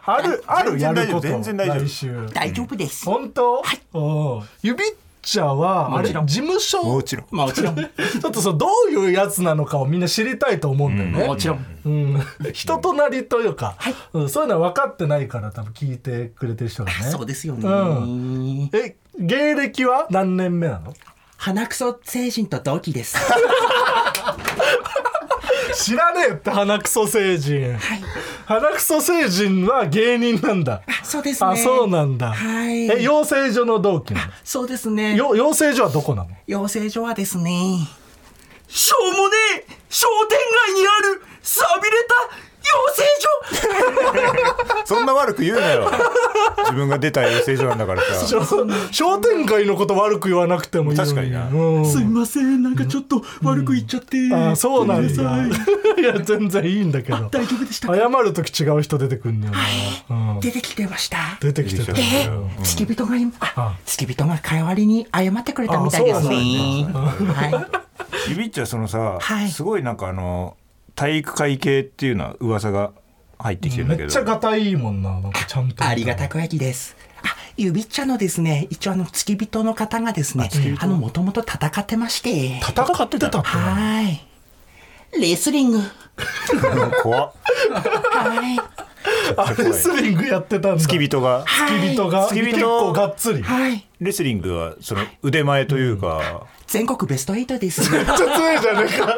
C: あるあるや
B: 全然大丈夫
C: ること
B: 全然大丈夫
C: 来週
G: 大丈夫です。
C: 本当、はい、指っちゃはあれ事
G: もちろん
C: 務所
B: もちろん
G: まあも ちろん、も
C: ちょっとそのどういうやつなのかをみんな知りたいと思うんだよね、
G: ちろん。
C: うん、 人となりというか、うん、そういうのは分かってないから多分聞いてくれてる人がね
G: そうですよね。
C: うんえ芸歴は何年目なの
G: 鼻くそ精神と同 期です。
C: 知らねえって鼻くそ星人、鼻くそ星人は芸人なんだ
G: そうですね。
C: あそうなんだ、
G: はい
C: え養成所の同期なの
G: そうですね。
C: よ養成所はどこなの
G: 養成所はですね、しょうもねえ商店街にある、さびれた
B: そんな悪く言うなよ。自分が出た養成所なんだから さ。
C: 商店街のこと悪く言わなくてもいいの
B: 確かにな
C: うん
G: すいませんなんかちょっと悪く言っちゃって、
C: あそうなん
G: ごめ
C: だ
G: ん
C: い
G: なさ
C: や全然いいんだけど
G: 大丈夫でした
C: 謝
G: か
C: る時違う人出てくんだよな、うん
G: 出てきてました
C: 出てきてた
B: え
C: ようん
G: 付き人がい
C: あ
G: あ付き人が代わりに謝ってくれたみたいですねはい
B: ゆびっちはそのさ、
G: はい
B: すごいなんかあの、体育会系っていうのは噂が入ってきてるん
C: め
B: だけ
C: っ
B: ど。
C: ちゃがたいいもんななんかちゃんと
G: ありがたくやきですあゆびっちゃのですね一応あの付き人の方がですねあのもともと戦ってまして
C: 戦ってたっけな
G: はいレスリング
B: うん怖っ。
G: はい
C: あレスリングやってたんだ
B: 付き人が。
G: はい
C: 付き人が
B: 付き人
C: 結構がっつり
G: はい
B: レスリングはその腕前というか、
G: 全国ベスト8です。
C: めっちゃ強えじゃねえか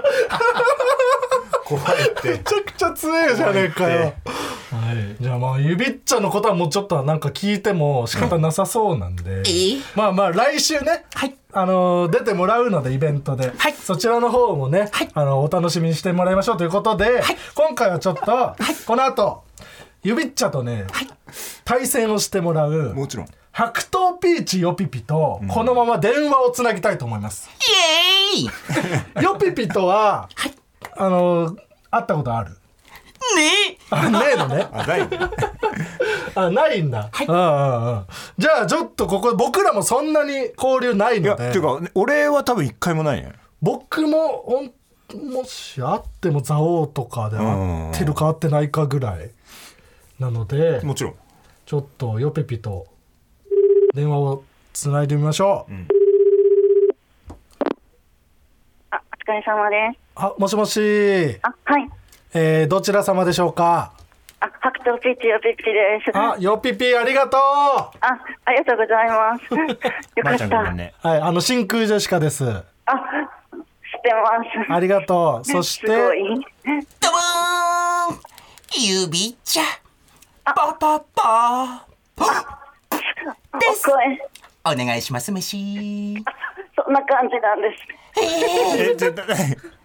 B: 怖いって
C: め。ちゃくちゃ強えじゃねえかよはい、じゃあまあゆびっちゃんのことはもうちょっとはなんか聞いても仕方なさそうなんで、まあまあ来週ね、
G: はい
C: あのー出てもらうのでイベントで、
G: はい
C: そちらの方もね、
G: はい
C: あのお楽しみにしてもらいましょうということで、
G: はい
C: 今回はちょっと、この後ゆびっちゃんとね、
G: はい
C: 対戦をしてもらう
B: もちろん。
C: 白桃ピーチよぴぴとこのまま電話をつなぎたいと思います、
G: イエーイ ね
C: よぴぴとは、あのー会ったことあるあねえのね
B: あ、ない ね。
C: あないんだ、
G: はい
C: うんうんうんじゃあちょっとここ僕らもそんなに交流ない
B: いや、
C: の
B: って
C: で
B: いうか、俺は多分一回もないね。
C: 僕もほんもし会っても蔵王とかで会ってるか会ってないかぐらいなので
B: もちろん。
C: ちょっとよぺぴと電話をつないでみましょう、
H: あ、お疲れ様です。
C: あもしもし、え
H: あ、はい。
C: ーどちら様でしょうか
H: あ、白桃ピッチヨピッチです。
C: あ
H: あ
C: よぴぴありがとう
H: ありがとうございます。よ
B: まー
H: かっ
B: ちゃ
H: た。
B: んごめんね。
C: はいあの真空ジェシカです
H: あ、知ってます。
C: ありが とうそし
H: す
C: て
H: ごい。
G: どうもーゆびちゃパパパ
H: お声、
G: お願いします飯
H: そんな感じなんです。
B: え、じゃ、だ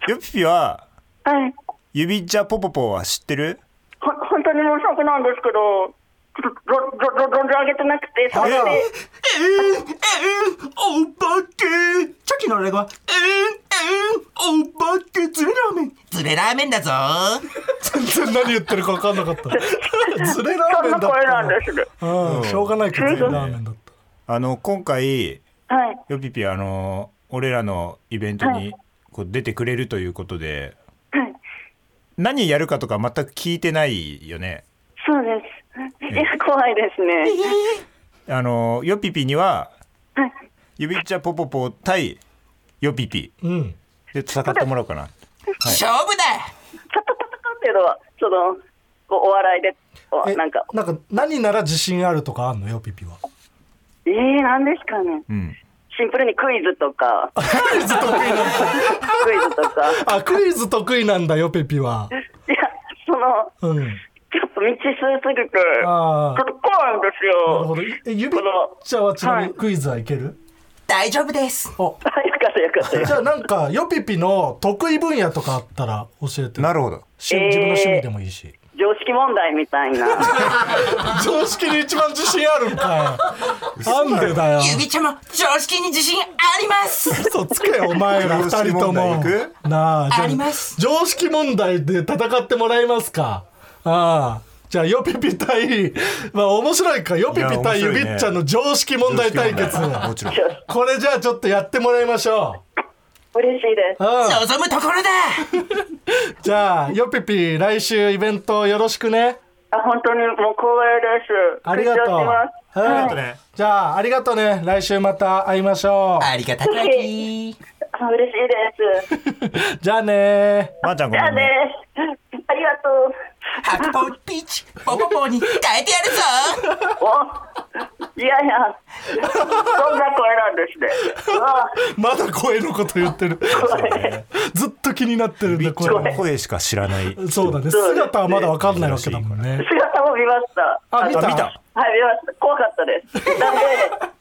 B: ヨピピは、
H: はい。
B: 指じゃポポポは知ってる
H: ほ本当に申し訳ないんですけど、ちょっとろろろ存じ上げてなくて、そ
B: あ
H: れで
B: ら、
G: えー、えー、おばけチョキのレゴはえー、えー、おばけズレラーメンズレラーメンだぞ
C: 全然何言ってるか分かんなか った。ズレラー
H: そ
C: メ
H: ん
C: ンだ
H: な
C: った。
H: 声なんです。
C: うん、しょうがないけど、ズレラーメンだった。
B: あの、今回、
H: はい。
B: ヨピピ、あの、俺らのイベントにこう出てくれるということで、
H: はい。
B: 何やるかとか全く聞いてないよね。
H: そうです。いや、怖いですね。
B: あの、ヨピピには、
H: はい。
B: 指じゃポポポ対ヨピピ
C: うん。
B: で戦ってもらおうかな。
G: 勝負だ
H: ちょっと戦うっていうのは、その、こうお笑いで、お
C: え
H: なんか、
C: なんか何なら自信あるとかあんのよ、ピピは。
H: えー、なんですかね。
B: うん。
H: シンプルにクイズ とか。クイズ得意クイズとか。
C: あ、クイズ得意なんだよ、ピピは。
H: いや、その、
C: うん。
H: ちょっと未知数すぎて、ちょ
C: あ
H: っ
C: あ。
H: と怖いんです
C: なるほ
H: よ。
C: ど。え、指ちゃんはちなみにクイズはいける、
G: 大丈夫です
H: あよかったよかったよ
C: じゃあなんか、よピピの得意分野とかあったら教えて。
B: なるほど。
C: し自分の趣味でもいいし。
H: 常識問題みたい な。
C: 常識に一番自信あるんかい。なんでだよ。
G: ゆびちゃも常識に自信あります
C: 嘘つけよお前ら二人と
B: 常識問
C: も
B: 題行
C: なあじゃ
G: あります
C: 常識問題で戦ってもらえますかああじゃあヨピピ対まあ面白いかヨピピ
B: いや
C: 対ゆ
B: 面白
C: び
B: いね
C: っちゃんの常識問題対決
B: もちろん。
C: これじゃあちょっとやってもらいましょ
H: 嬉しいです
C: う、。う
G: 望むところだ
C: ん、じゃあヨピピ来週イベントよろしくね
H: あ、本当にもう光栄です。
C: ありがとう、
H: 緊張します。
C: うん
B: ありがとうね。
C: じゃあありがとうね来週また会いましょ
G: ありがたくやき
H: あ嬉しいです。
C: う じゃあね
B: まー、ちゃんご
H: じゃ
B: め
H: あ
B: ん
H: ね
B: ね。、
H: ありがとう。
G: 白桃ピーチポポポに変えてやるぞ
H: お、いやいや、そんな声なんで すね。うわ
C: まだ声のこと言ってるずっと気になってるんだ
B: ちょっ
C: 声
B: と声しか知らない。
C: そうだね。
H: そうですね
C: 姿はまだわかんないわけだもんね。
H: 姿も見ました。
C: あ、見た。
B: 見た。
H: はい、見ました。怖かったです。なんで、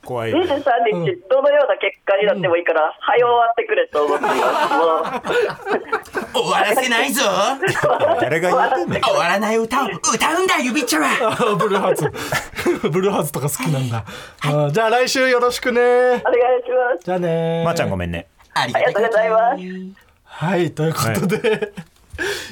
B: 怖い。
H: 23日、どのような結果になってもいいから、早終わってくれと思ってい ます。もう
G: 終わらせないぞ
B: 誰が言ってんねん。
G: 終わらない歌を歌うんだゆびちゃは
C: ブルーハー ツブルーハーツとか好きなんだ、うんじゃあ来週よろしくね
H: お願いします。
C: じゃあね
B: まー、ちゃんごめんね。
G: あり
H: ありがとうございます。
C: はいということで、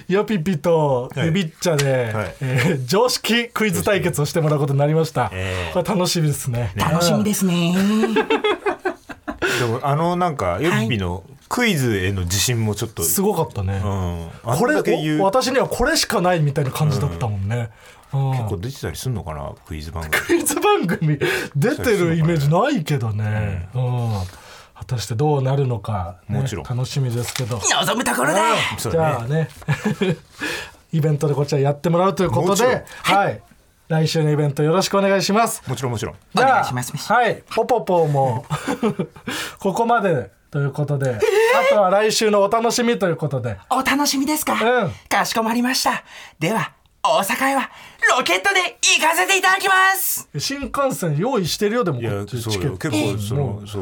C: ヨピピと
B: い
C: ユビッチャで、
B: はい
C: えー常識クイズ対決をしてもらうことになりました、
B: えー
C: これ楽しみですね
G: 楽しみですね
B: でも、あの、なんか、ヨッピーのクイズへの自信もちょっと。
C: すごかったね、
B: うん。あ
C: こ
B: ん
C: れ
B: だけ言
C: お
B: う。
C: 私にはこれしかないみたいな感じだったもんね、うん
B: こう出てたりすんのかな、クイズ番組。
C: クイズ番組出てるイメージないけどね、うん果たしてどうなるのかね、
B: もちろん
C: 楽しみですけど
G: 望むところだ
B: そう
C: じ
B: だ
C: ゃ
B: ね
C: あ。ね イベントでこちらやってもらうということ
B: もちろん
C: で、はい、来週のイベントよろしくお願いします。
B: もちろんもちろん。
C: じゃあ
G: お願いします
C: はい、ポポポ もここまでということで、あとは来週のお楽しみということで、
G: お楽しみですか、
C: うん
G: かしこまりましたでは大阪へはロケットで行かせていただきます
C: 新幹線用意してるよでも
B: い
C: こっ
B: や、
C: ち
B: そ
C: チ
B: う
C: ケ
B: よ。
C: ッ
B: 結構、
C: ト
B: そ
C: も
B: の、そ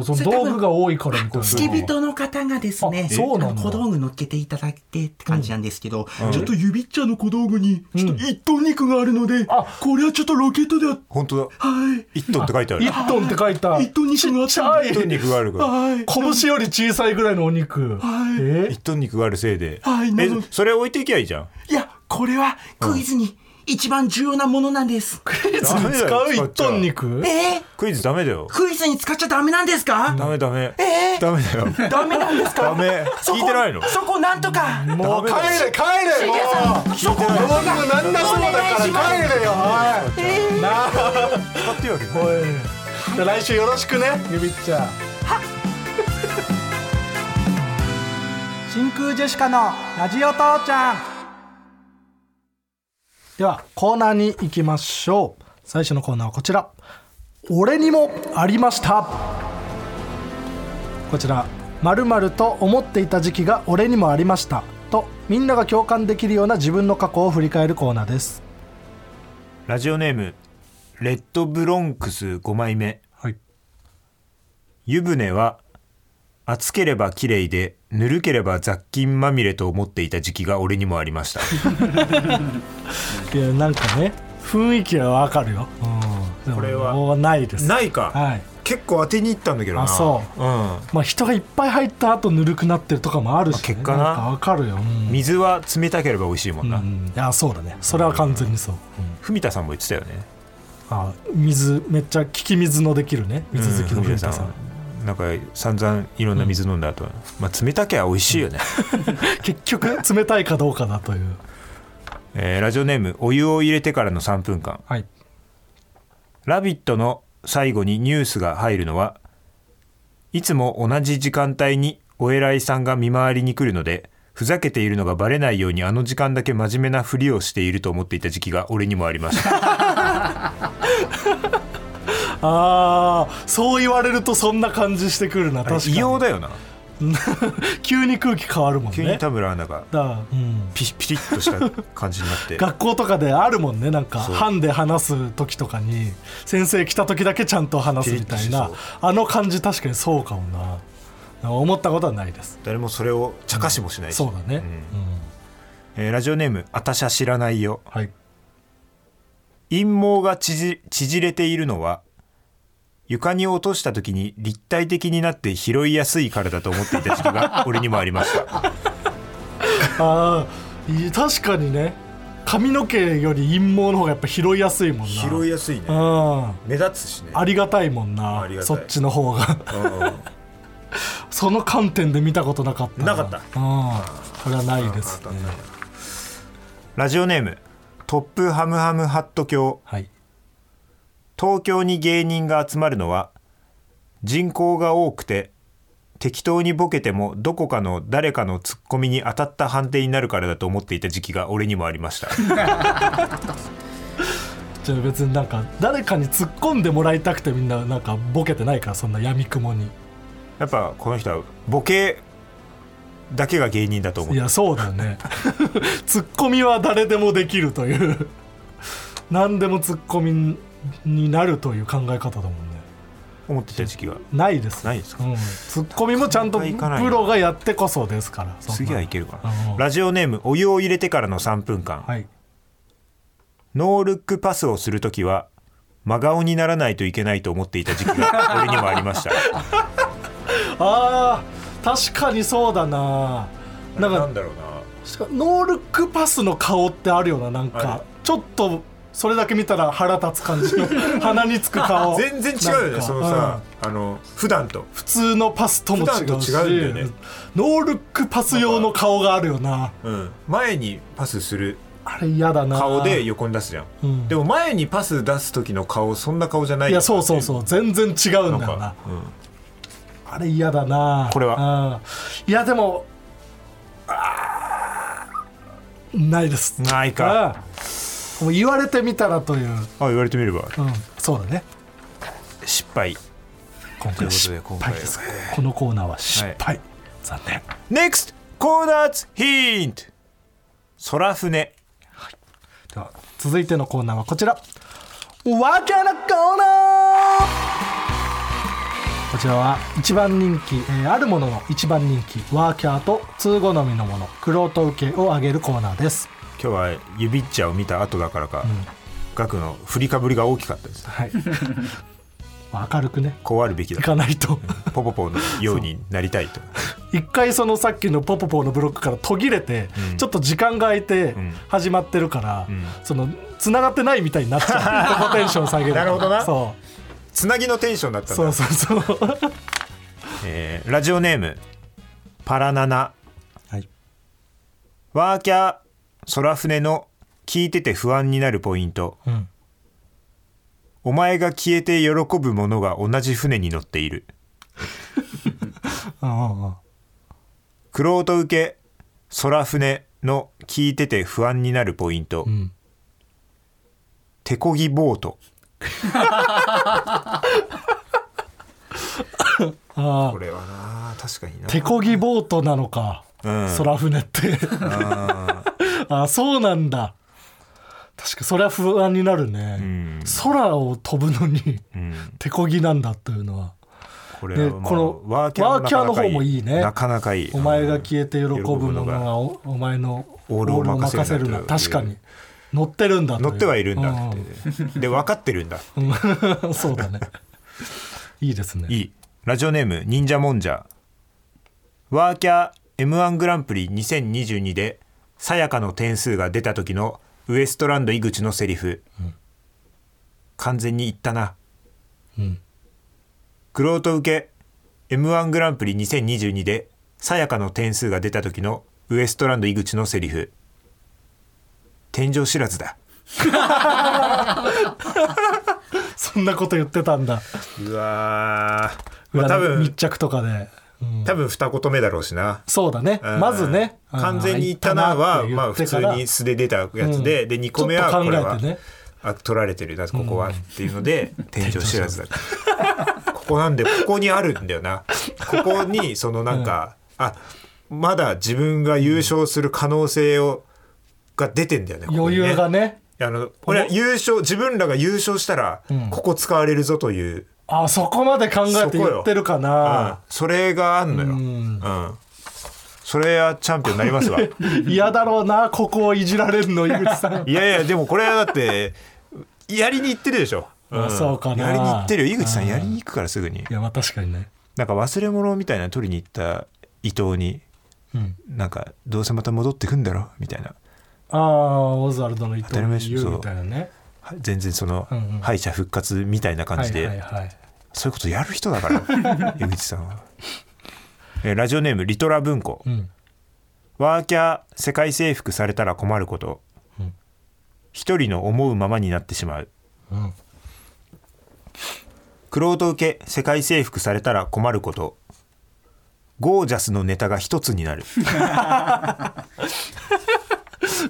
B: う。
C: そうそう道具が多いからみたいな。
G: 付け人の方がですね
C: あそうなんだ
G: 小道具乗っけていただいてって感じなんですけど、ちょっと指っちゃの小道具にちょっと一トン肉があるので、これはちょっとロケットでは
B: 本当だ。
G: はい
B: 一トンって書いてある。
C: 1トンって書いた
G: 一トン肉があったんで
B: 一トン肉があるから。
G: はい
C: 拳より小さいぐらいのお肉。
G: はい
C: え
B: 一トン肉があるせいで。
G: はいな
B: え
G: ので、
B: それ置いていきゃいいじゃん。
G: いやこれはクイズに一番重要なものなんです、
C: クイズに使う1トン肉
G: えー、
B: クイズダメだよ。
G: クイズに使っちゃダメなんですか
B: ダメダメ。
G: えー
B: ダメだよ。
G: ダメなんですか
B: ダメ。
G: そこ
B: 聞いてないの。
G: そこなんとか
C: もう帰れ帰れもう
G: そこ
C: 道具なんだそうだから帰れよおいなあ
B: 使っていいわけない
C: おいじゃあ来週よろしくねゆびっちゃん
E: 真空ジェシカのラジオ父ちゃん
C: ではコーナーに行きましょう最初のコーナーはこちら俺にもありましたこちら〇〇と思っていた時期が俺にもありましたとみんなが共感できるような自分の過去を振り返るコーナーです
B: ラジオネームレッドブロンクス5枚目
C: はい
B: 湯船は暑ければ綺麗でぬるければ雑菌まみれと思っていた時期が俺にもありま した
C: いやなんかね雰囲気はわかるよ、うん、こ
B: れは
C: ないです
B: ないか、
C: はい
B: 結構当てにいったんだけどな、
C: あそう
B: ん、
C: まあ、人がいっぱい入った後ぬるくなってるとかもあるし、ね、
B: 結果なん
C: かわかるよ、うん
B: 水は冷たければ美味しいもんな、
C: うん、いやそうだねそれは完全にそう、うん
B: 文田さんも言ってたよね
C: あ水めっちゃ利き水のできるね水好きの文太さん、
B: なんか散々いろんな水飲んだ後、まあ冷たきゃ美味しいよね、
C: 結局冷たいかどうかだという
B: えーラジオネームお湯を入れてからの3分間
C: はい
B: ラビットの最後にニュースが入るのはいつも同じ時間帯にお偉いさんが見回りに来るのでふざけているのがバレないようにあの時間だけ真面目なふりをしていると思っていた時期が俺にもあり ました
C: あーそう言われるとそんな感じしてくるな確か
B: 異様
C: に
B: だよな
C: 急に空気変わるもんね
B: 急に田村アナが
C: だ、うん、
B: ピピリッとした感じになって
C: 学校とかであるもんねなんか
B: そう
C: 班で話す時とかに先生来た時だけちゃんと話すみたい
B: ピリッ
C: な
B: とし
C: あの感じ確かにそうかもな思ったことはないです
B: 誰もそれを茶化しもしないし、
C: そうだね、うん
B: えーラジオネーム「あたしゃ知らないよ」
C: はい
B: 陰毛が縮縮れているのは床に落とした時に立体的になって拾いやすいからだと思っていた時期 が俺にもありました
C: ああい確かにね髪の毛より陰毛の方がやっぱ拾いやすいもんな
B: 拾いやすいね
C: うん
B: 目立つしね
C: ありがたいもん
B: あ
C: な
B: りがたい
C: そっちの方が
B: う
C: その観点で見たことなかった
B: なかった
C: うんこれはないですね
B: んラジオネームトップハムハムハット教
C: はい
B: 東京に芸人が集まるのは人口が多くて適当にボケてもどこかの誰かのツッコミに当たった判定になるからだと思っていた時期が俺にもありま した
C: じゃあ別になんか誰かに突っ込んでもらいたくてみんななんかボケてないからそんなやみくもに
B: やっぱこの人はボケだけが芸人だと思
C: いうやそうだよね ツッコミは誰でもできるという何でもツッコミになるという考え方だもんね
B: 思ってた時期が
C: ないです
B: ないですか
C: うん、ツッコミもちゃんと
B: なかなかいかない
C: プロがやってこそですからそんな
B: 次はいけるか
C: う
B: なんラジオネームお湯を入れてからの3分間、
C: はい
B: ノールックパスをするときは真顔にならないといけないと思っていた時期 が俺にもありました
C: あー確かにそうだななんか
B: だろう
C: しかノールックパスの顔ってあるよななん
B: あ
C: か
B: る
C: ちょっとそれだけ見たら腹立つ感じの鼻につく 顔なんかうん
B: あの普段と
C: 普通のパスとも違うし
B: 普段と違うんだよね
C: ノールックパス用の顔があるよな
B: うん、前にパスする
C: あれ嫌だな
B: 顔で横に出すじゃん、
C: うん
B: でも前にパス出す時の顔そんな顔じゃない
C: いやそうそうそうう全然違うんだよなあれ嫌だな
B: これ
C: は、うんいやでもあーないです
B: ないか
C: うんもう言われてみたらという、
B: あ言われてみれば
C: うん、そうだね
B: 失敗
C: 今
B: ということ
C: 回は
B: で
C: 失
B: 今回
C: 敗
B: は
C: ですこのコーナーは失敗、残念
B: NEXT コーナーズヒント空船
C: では続いてのコーナーはこちらわけのコーナーこちらは一番人気、えーあるものの一番人気ワーキャーと通好みのものクロート受けを上げるコーナーです
B: 今日はユビッチャを見た後だからか、額の振りかぶりが大きかったです
C: はい 明るくね
B: こうあるべき
C: い
B: だ
C: かないと
B: ポポポのようになりたい と
C: 一回そのさっきのポポポのブロックから途切れて、
B: うん
C: ちょっと時間が空いて
B: ん
C: 始まってるから、
B: ん
C: その繋がってないみたいになっち ゃうここテンション下げるから
B: なるほどな
C: そ
B: つなぎのテンションだっ
C: う
B: たんだ
C: そうそうそう
B: えーラジオネームパラナナ、
C: はい
B: ワーキャー空船の聞いてて不安になるポイント、
C: うん
B: お前が消えて喜ぶものが同じ船に乗っている
C: うんうんうん
B: クロート受け空船の聞いてて不安になるポイント、
C: ん
B: 手こぎボー ト
C: あ
B: こ
C: あ
B: れはな確かにな
C: 手こぎボートなの
B: う
C: か、
B: ん
C: 空船って ああそうなんだ確かそれは不安になるね、
B: ん
C: 空を飛ぶのに
B: うん
C: 手こぎなんだというのは
B: これは、
C: で
B: まあ、
C: この
B: ワーキャー
C: ワーキャーの方もいいね
B: なかなかいい
C: お前が消えて喜ぶもの
B: うん
C: がおお前の
B: オ
C: オ
B: ー
C: ー
B: ル
C: ル
B: を
C: を
B: 任
C: 任
B: せ
C: せ
B: る
C: る
B: な
C: な
B: と
C: 確かに乗ってるんだとう
B: 乗ってはいるんだっ
C: う
B: てで分かってるんだ
C: うん そうだねいいですね
B: いいラジオネーム忍者もんじゃワーキャー m 1グランプリ2022でさやかの点数が出た時のウエストランド井口のセリフ、完全にいったな、クロート受け m 1グランプリ2022でさやかの点数が出た時のウエストランド井口のセリフ天井知らずだ
C: そんなこと言ってたんだ
B: うわー、
C: 裏の密着とかで、うん
B: 多分二言目だろうしな
C: そうだねまずね
B: うん完全にいったなは、まあ、普通に
C: ち
B: 素で出たやつで、
C: う
B: で
C: ん
B: 2
C: ょ
B: 個
C: っと考
B: 目はこれ
C: え
B: は、
C: てね
B: あ取られてるなここは、っていうので天井知らずだ ここなんでここにあるんだよなここにそのなんか、あまだ自分が優勝する可能性をが出てんだよねここ
C: 余
B: にね
C: 裕がね
B: あのこれは優勝自分らが優勝したら、
C: ん
B: ここ使われるぞという、
C: あそこまで考えて言ってるか
B: うん
C: な、
B: それがあんのよ、うんそれはチャンピオンになり ますわ
C: 嫌だろうなここをいじられるの井口 さん
B: いやいやでもこれはだってやりに行ってるでしょ、
C: まあそうかな
B: やりに行ってるよ井口さんやりに行くからすぐに
C: いやまあ確かにね
B: なんか忘れ物みたいなの取りに行った伊藤に、なんかどうせまた戻ってくんだろみたいな
C: ああオズワルドの伊
B: 当た
C: 藤
B: り前で
C: に
B: しょそ
C: 言
B: うう
C: みたいなね
B: は全然その
C: うんうん
B: 敗者復活みたいな感
C: はい
B: じで、
C: はいはい
B: そういうことやる人だから 江口さんは。えーラジオネームリトラ文庫、
C: ん
B: ワーキャー世界征服されたら困ること、一人の思うままになってしまう、
C: ん
B: クロート受け世界征服されたら困ることゴージャスのネタが一つになる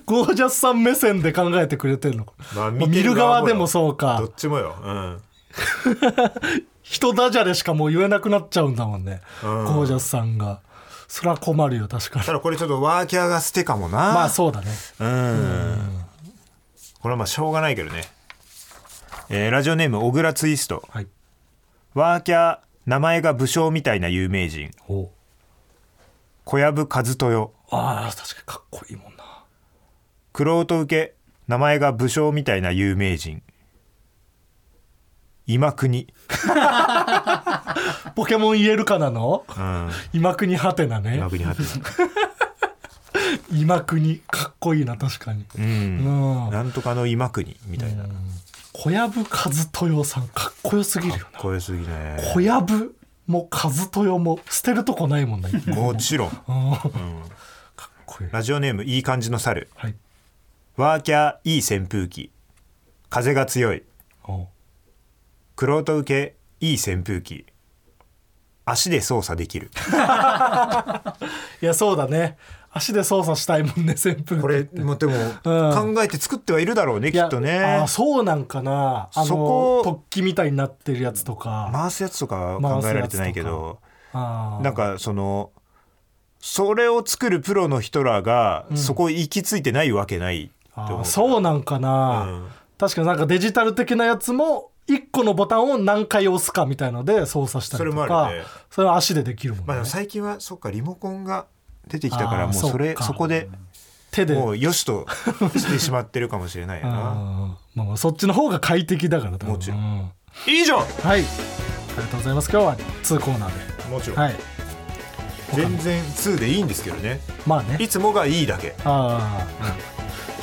C: ゴージャスさん目線で考えてくれてるのか、
B: まあ
C: 見てる側でもそうか
B: どっちもよ、うん、
C: 人ダジャレしかもう言えなくなっちゃうんだもんね、
B: うん
C: ゴージャスさんがそりゃ困るよ確かに
B: ただこれちょっとワーキャーが捨てかもな
C: まあそうだね
B: うんこれはまあしょうがないけどね、えーラジオネーム小倉ツイスト、
C: はい
B: ワーキャー名前が武将みたいな有名人
I: ほ
B: 小籔和豊
I: うああ確かにかっこいいもんな
B: クロート受け名前が武将みたいな有名人今国
C: ポケモン言えるかなの
B: うん
C: 今国ハテナね
B: 今国はてな
C: 今国かっこいいな確かに
B: う
C: うん ん
B: なんとかの今国みたいなか
C: 小籔和豊さんかっこよすぎるよ
B: っこよすぎね
C: 小籔も和豊も捨てるとこないもんな、ね、
B: もちろん
C: かっこいい
B: ラジオネームいい感じの猿
C: はい
B: ワーキャーいい扇風機風が強い
C: おう
B: クロート受けいい扇風機足で操作できる
C: いやそうだね足で操作したいもんね扇風機
B: これもうでも
C: う
B: 考えて作ってはいるだろうね
C: い
B: き
C: や
B: っと
C: あ
B: ね
C: ーそうなんかなあの
B: そこ
C: 突起みたいになってるやつとか、
B: 回すやつとかは考えられてないけど
C: あー
B: なんかそのそれを作るプロの人らがそこ行き着いてないわけないって
C: あ
B: 思
C: ー
B: う
C: そうなんかな、
B: うん
C: 確かになんかデジタル的なやつも1個のボタンを何回押すかみたいので操作したりとか
B: それもあるね
C: それは足でできるもんね、
B: まあでも最近はそっかリモコンが出てきたから
C: あー
B: もうそれ
C: そっか
B: そこで
C: 手で
B: もうよしとしてしまってるかもしれないよな
C: あーまあまあそっちの方が快適だから多分
B: もちろん
C: うん
B: 以上
C: はいありがとうございます今日は2コーナー
B: もち
C: で
B: ろん、
C: はい
B: 全然2でいいんですけどね
C: まあね
B: いつもがいいだけ
C: ああ、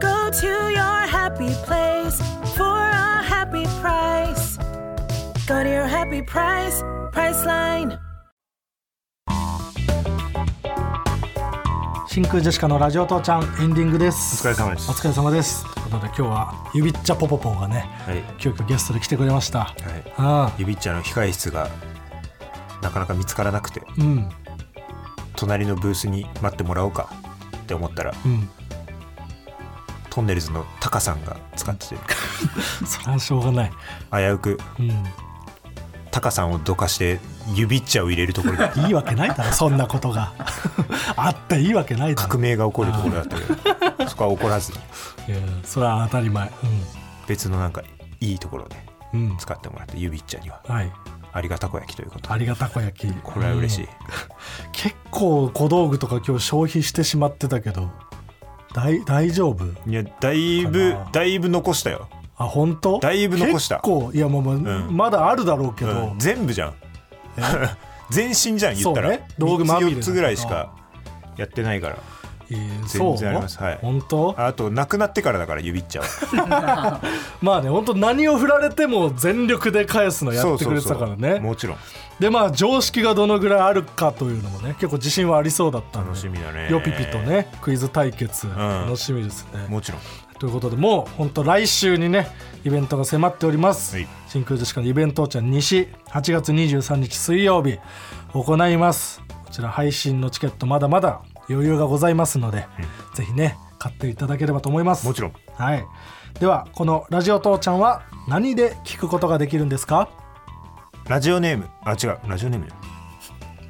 J: Go to your happy place for a happy price. Go to your happy price, Priceline.
C: 真空ジェシカのラジオ父ちゃんエンディングです
B: お疲れ様です
C: お疲れ様ですということで今日はゆびっちゃぽぽぽがね
B: はい
C: 急遽ゲストで来てくれました
B: はい
C: あ
B: 指っちゃんの控え室がなかなか見つからなくて
C: あうん
B: 隣のブースに待ってもらおうかって思ったら
C: うん
B: トンネルズのタカさんが使ってて
C: それはしょうがない
B: 危うく
C: うん
B: タカさんをどかして指っちゃを入れると ころだ
C: いいわけないだろそんなことが あっていいわけないだろ
B: 革命が起こるところだったけどそこは怒らずに
C: いやそれは当たり前
B: 別のなんかいいところで
C: うんうん
B: 使ってもらって指っちゃには
C: はい
B: ありがたこ焼きということ
C: ありがたこ焼き
B: これは嬉し
C: う
B: い
C: ん結構小道具とか今日消費してしまってたけど大大丈夫
B: いやだいぶ
C: かな
B: だいぶ残したよ
C: あ本当
B: だいぶ残した
C: 結構いやまあまあ、
B: ん
C: まだあるだろうけど、
B: うん全部じゃん 全身じゃん言ったら、
C: そうね道具まみれだ
B: 4つぐらいしかやってないから
C: えー
B: 全然ありますはい
C: 本当
B: あと亡くなってからだから指っちゃは
C: まあね本当何を振られても全力で返すの やってくれてたからね
B: そうそうそうもちろん
C: でまあ常識がどのぐらいあるかというのもね結構自信はありそうだったんで
B: 楽しみだね
C: よぴぴとねクイズ対決、楽しみですね
B: もちろん
C: ということでもう本当来週にねイベントが迫っております、
B: はい
C: 真空ジェシカのイベントちゃん西8月23日水曜日行いますこちら配信のチケットまだまだ余裕がございますので、ぜひね買っていただければと思います
B: もちろん
C: はいではこの「ラジオ父ちゃん」は何で聞くことができるんですか、
B: ラジオネームあ違うラジオネームじゃ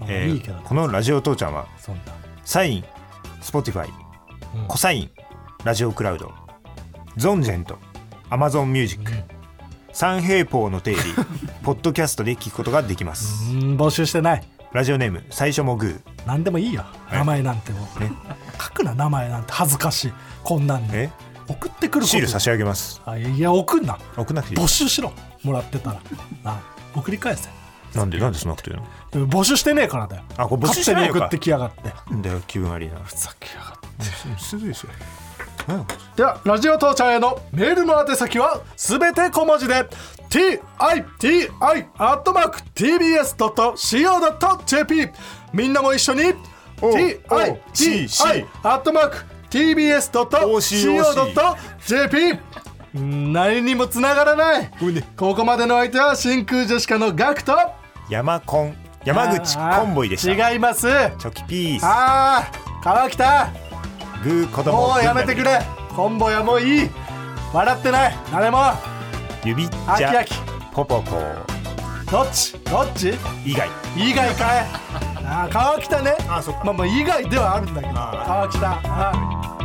B: ない
C: まあ
B: えー
C: いいけどね
B: このラジオ父ちゃんは
C: そんな
B: サインスポティファイコサインラジオクラウドゾンジェントアマゾンミュージック、三平方 の定理ポッドキャストで聞くことができま
C: う
B: す、
C: ーん募集してない
B: ラジオネーム最初もグー
C: 何でもいいよ
B: い
C: 名前なんても、
B: ね
C: 書くな名前なんて恥ずかしいこんなんに
B: え
C: 送ってくること
B: シール差し上げます
C: あいや送んな
B: 送んなくてい
C: 募
B: い
C: 集しろもらってたらな送り返せ
B: なんでなんでそんなこと言うの
C: 募集してねえからだよ
B: あこれ募集して
C: 勝
B: ない
C: 手
B: の
C: に
B: か
C: 送ってきやがって
B: なんだよ気分悪いな
C: ふざけやがって
B: すぐですよなんだこ
C: ではラジオ父ちゃんへのメールの宛先はすべて小文字で TITI.tbs.co.jp みんなも一緒に TITI.tbs.co.jp 何にもつながらない
B: ごめんね
C: ここまでの相手は真空ジェシカのガクト
B: れ山コン山口コンボイでした
C: 違います
B: チョキピース
C: ああ川北
B: グー子供
C: もうやめてくれコンボイはもういい笑ってない誰も
B: 指っち
C: あきあ
B: ゃ
C: き
B: ポポコ
C: どっちどっち
B: 以外
C: 以外かいああ川北ねあそまあまあ以外ではあるんだけど川北ああ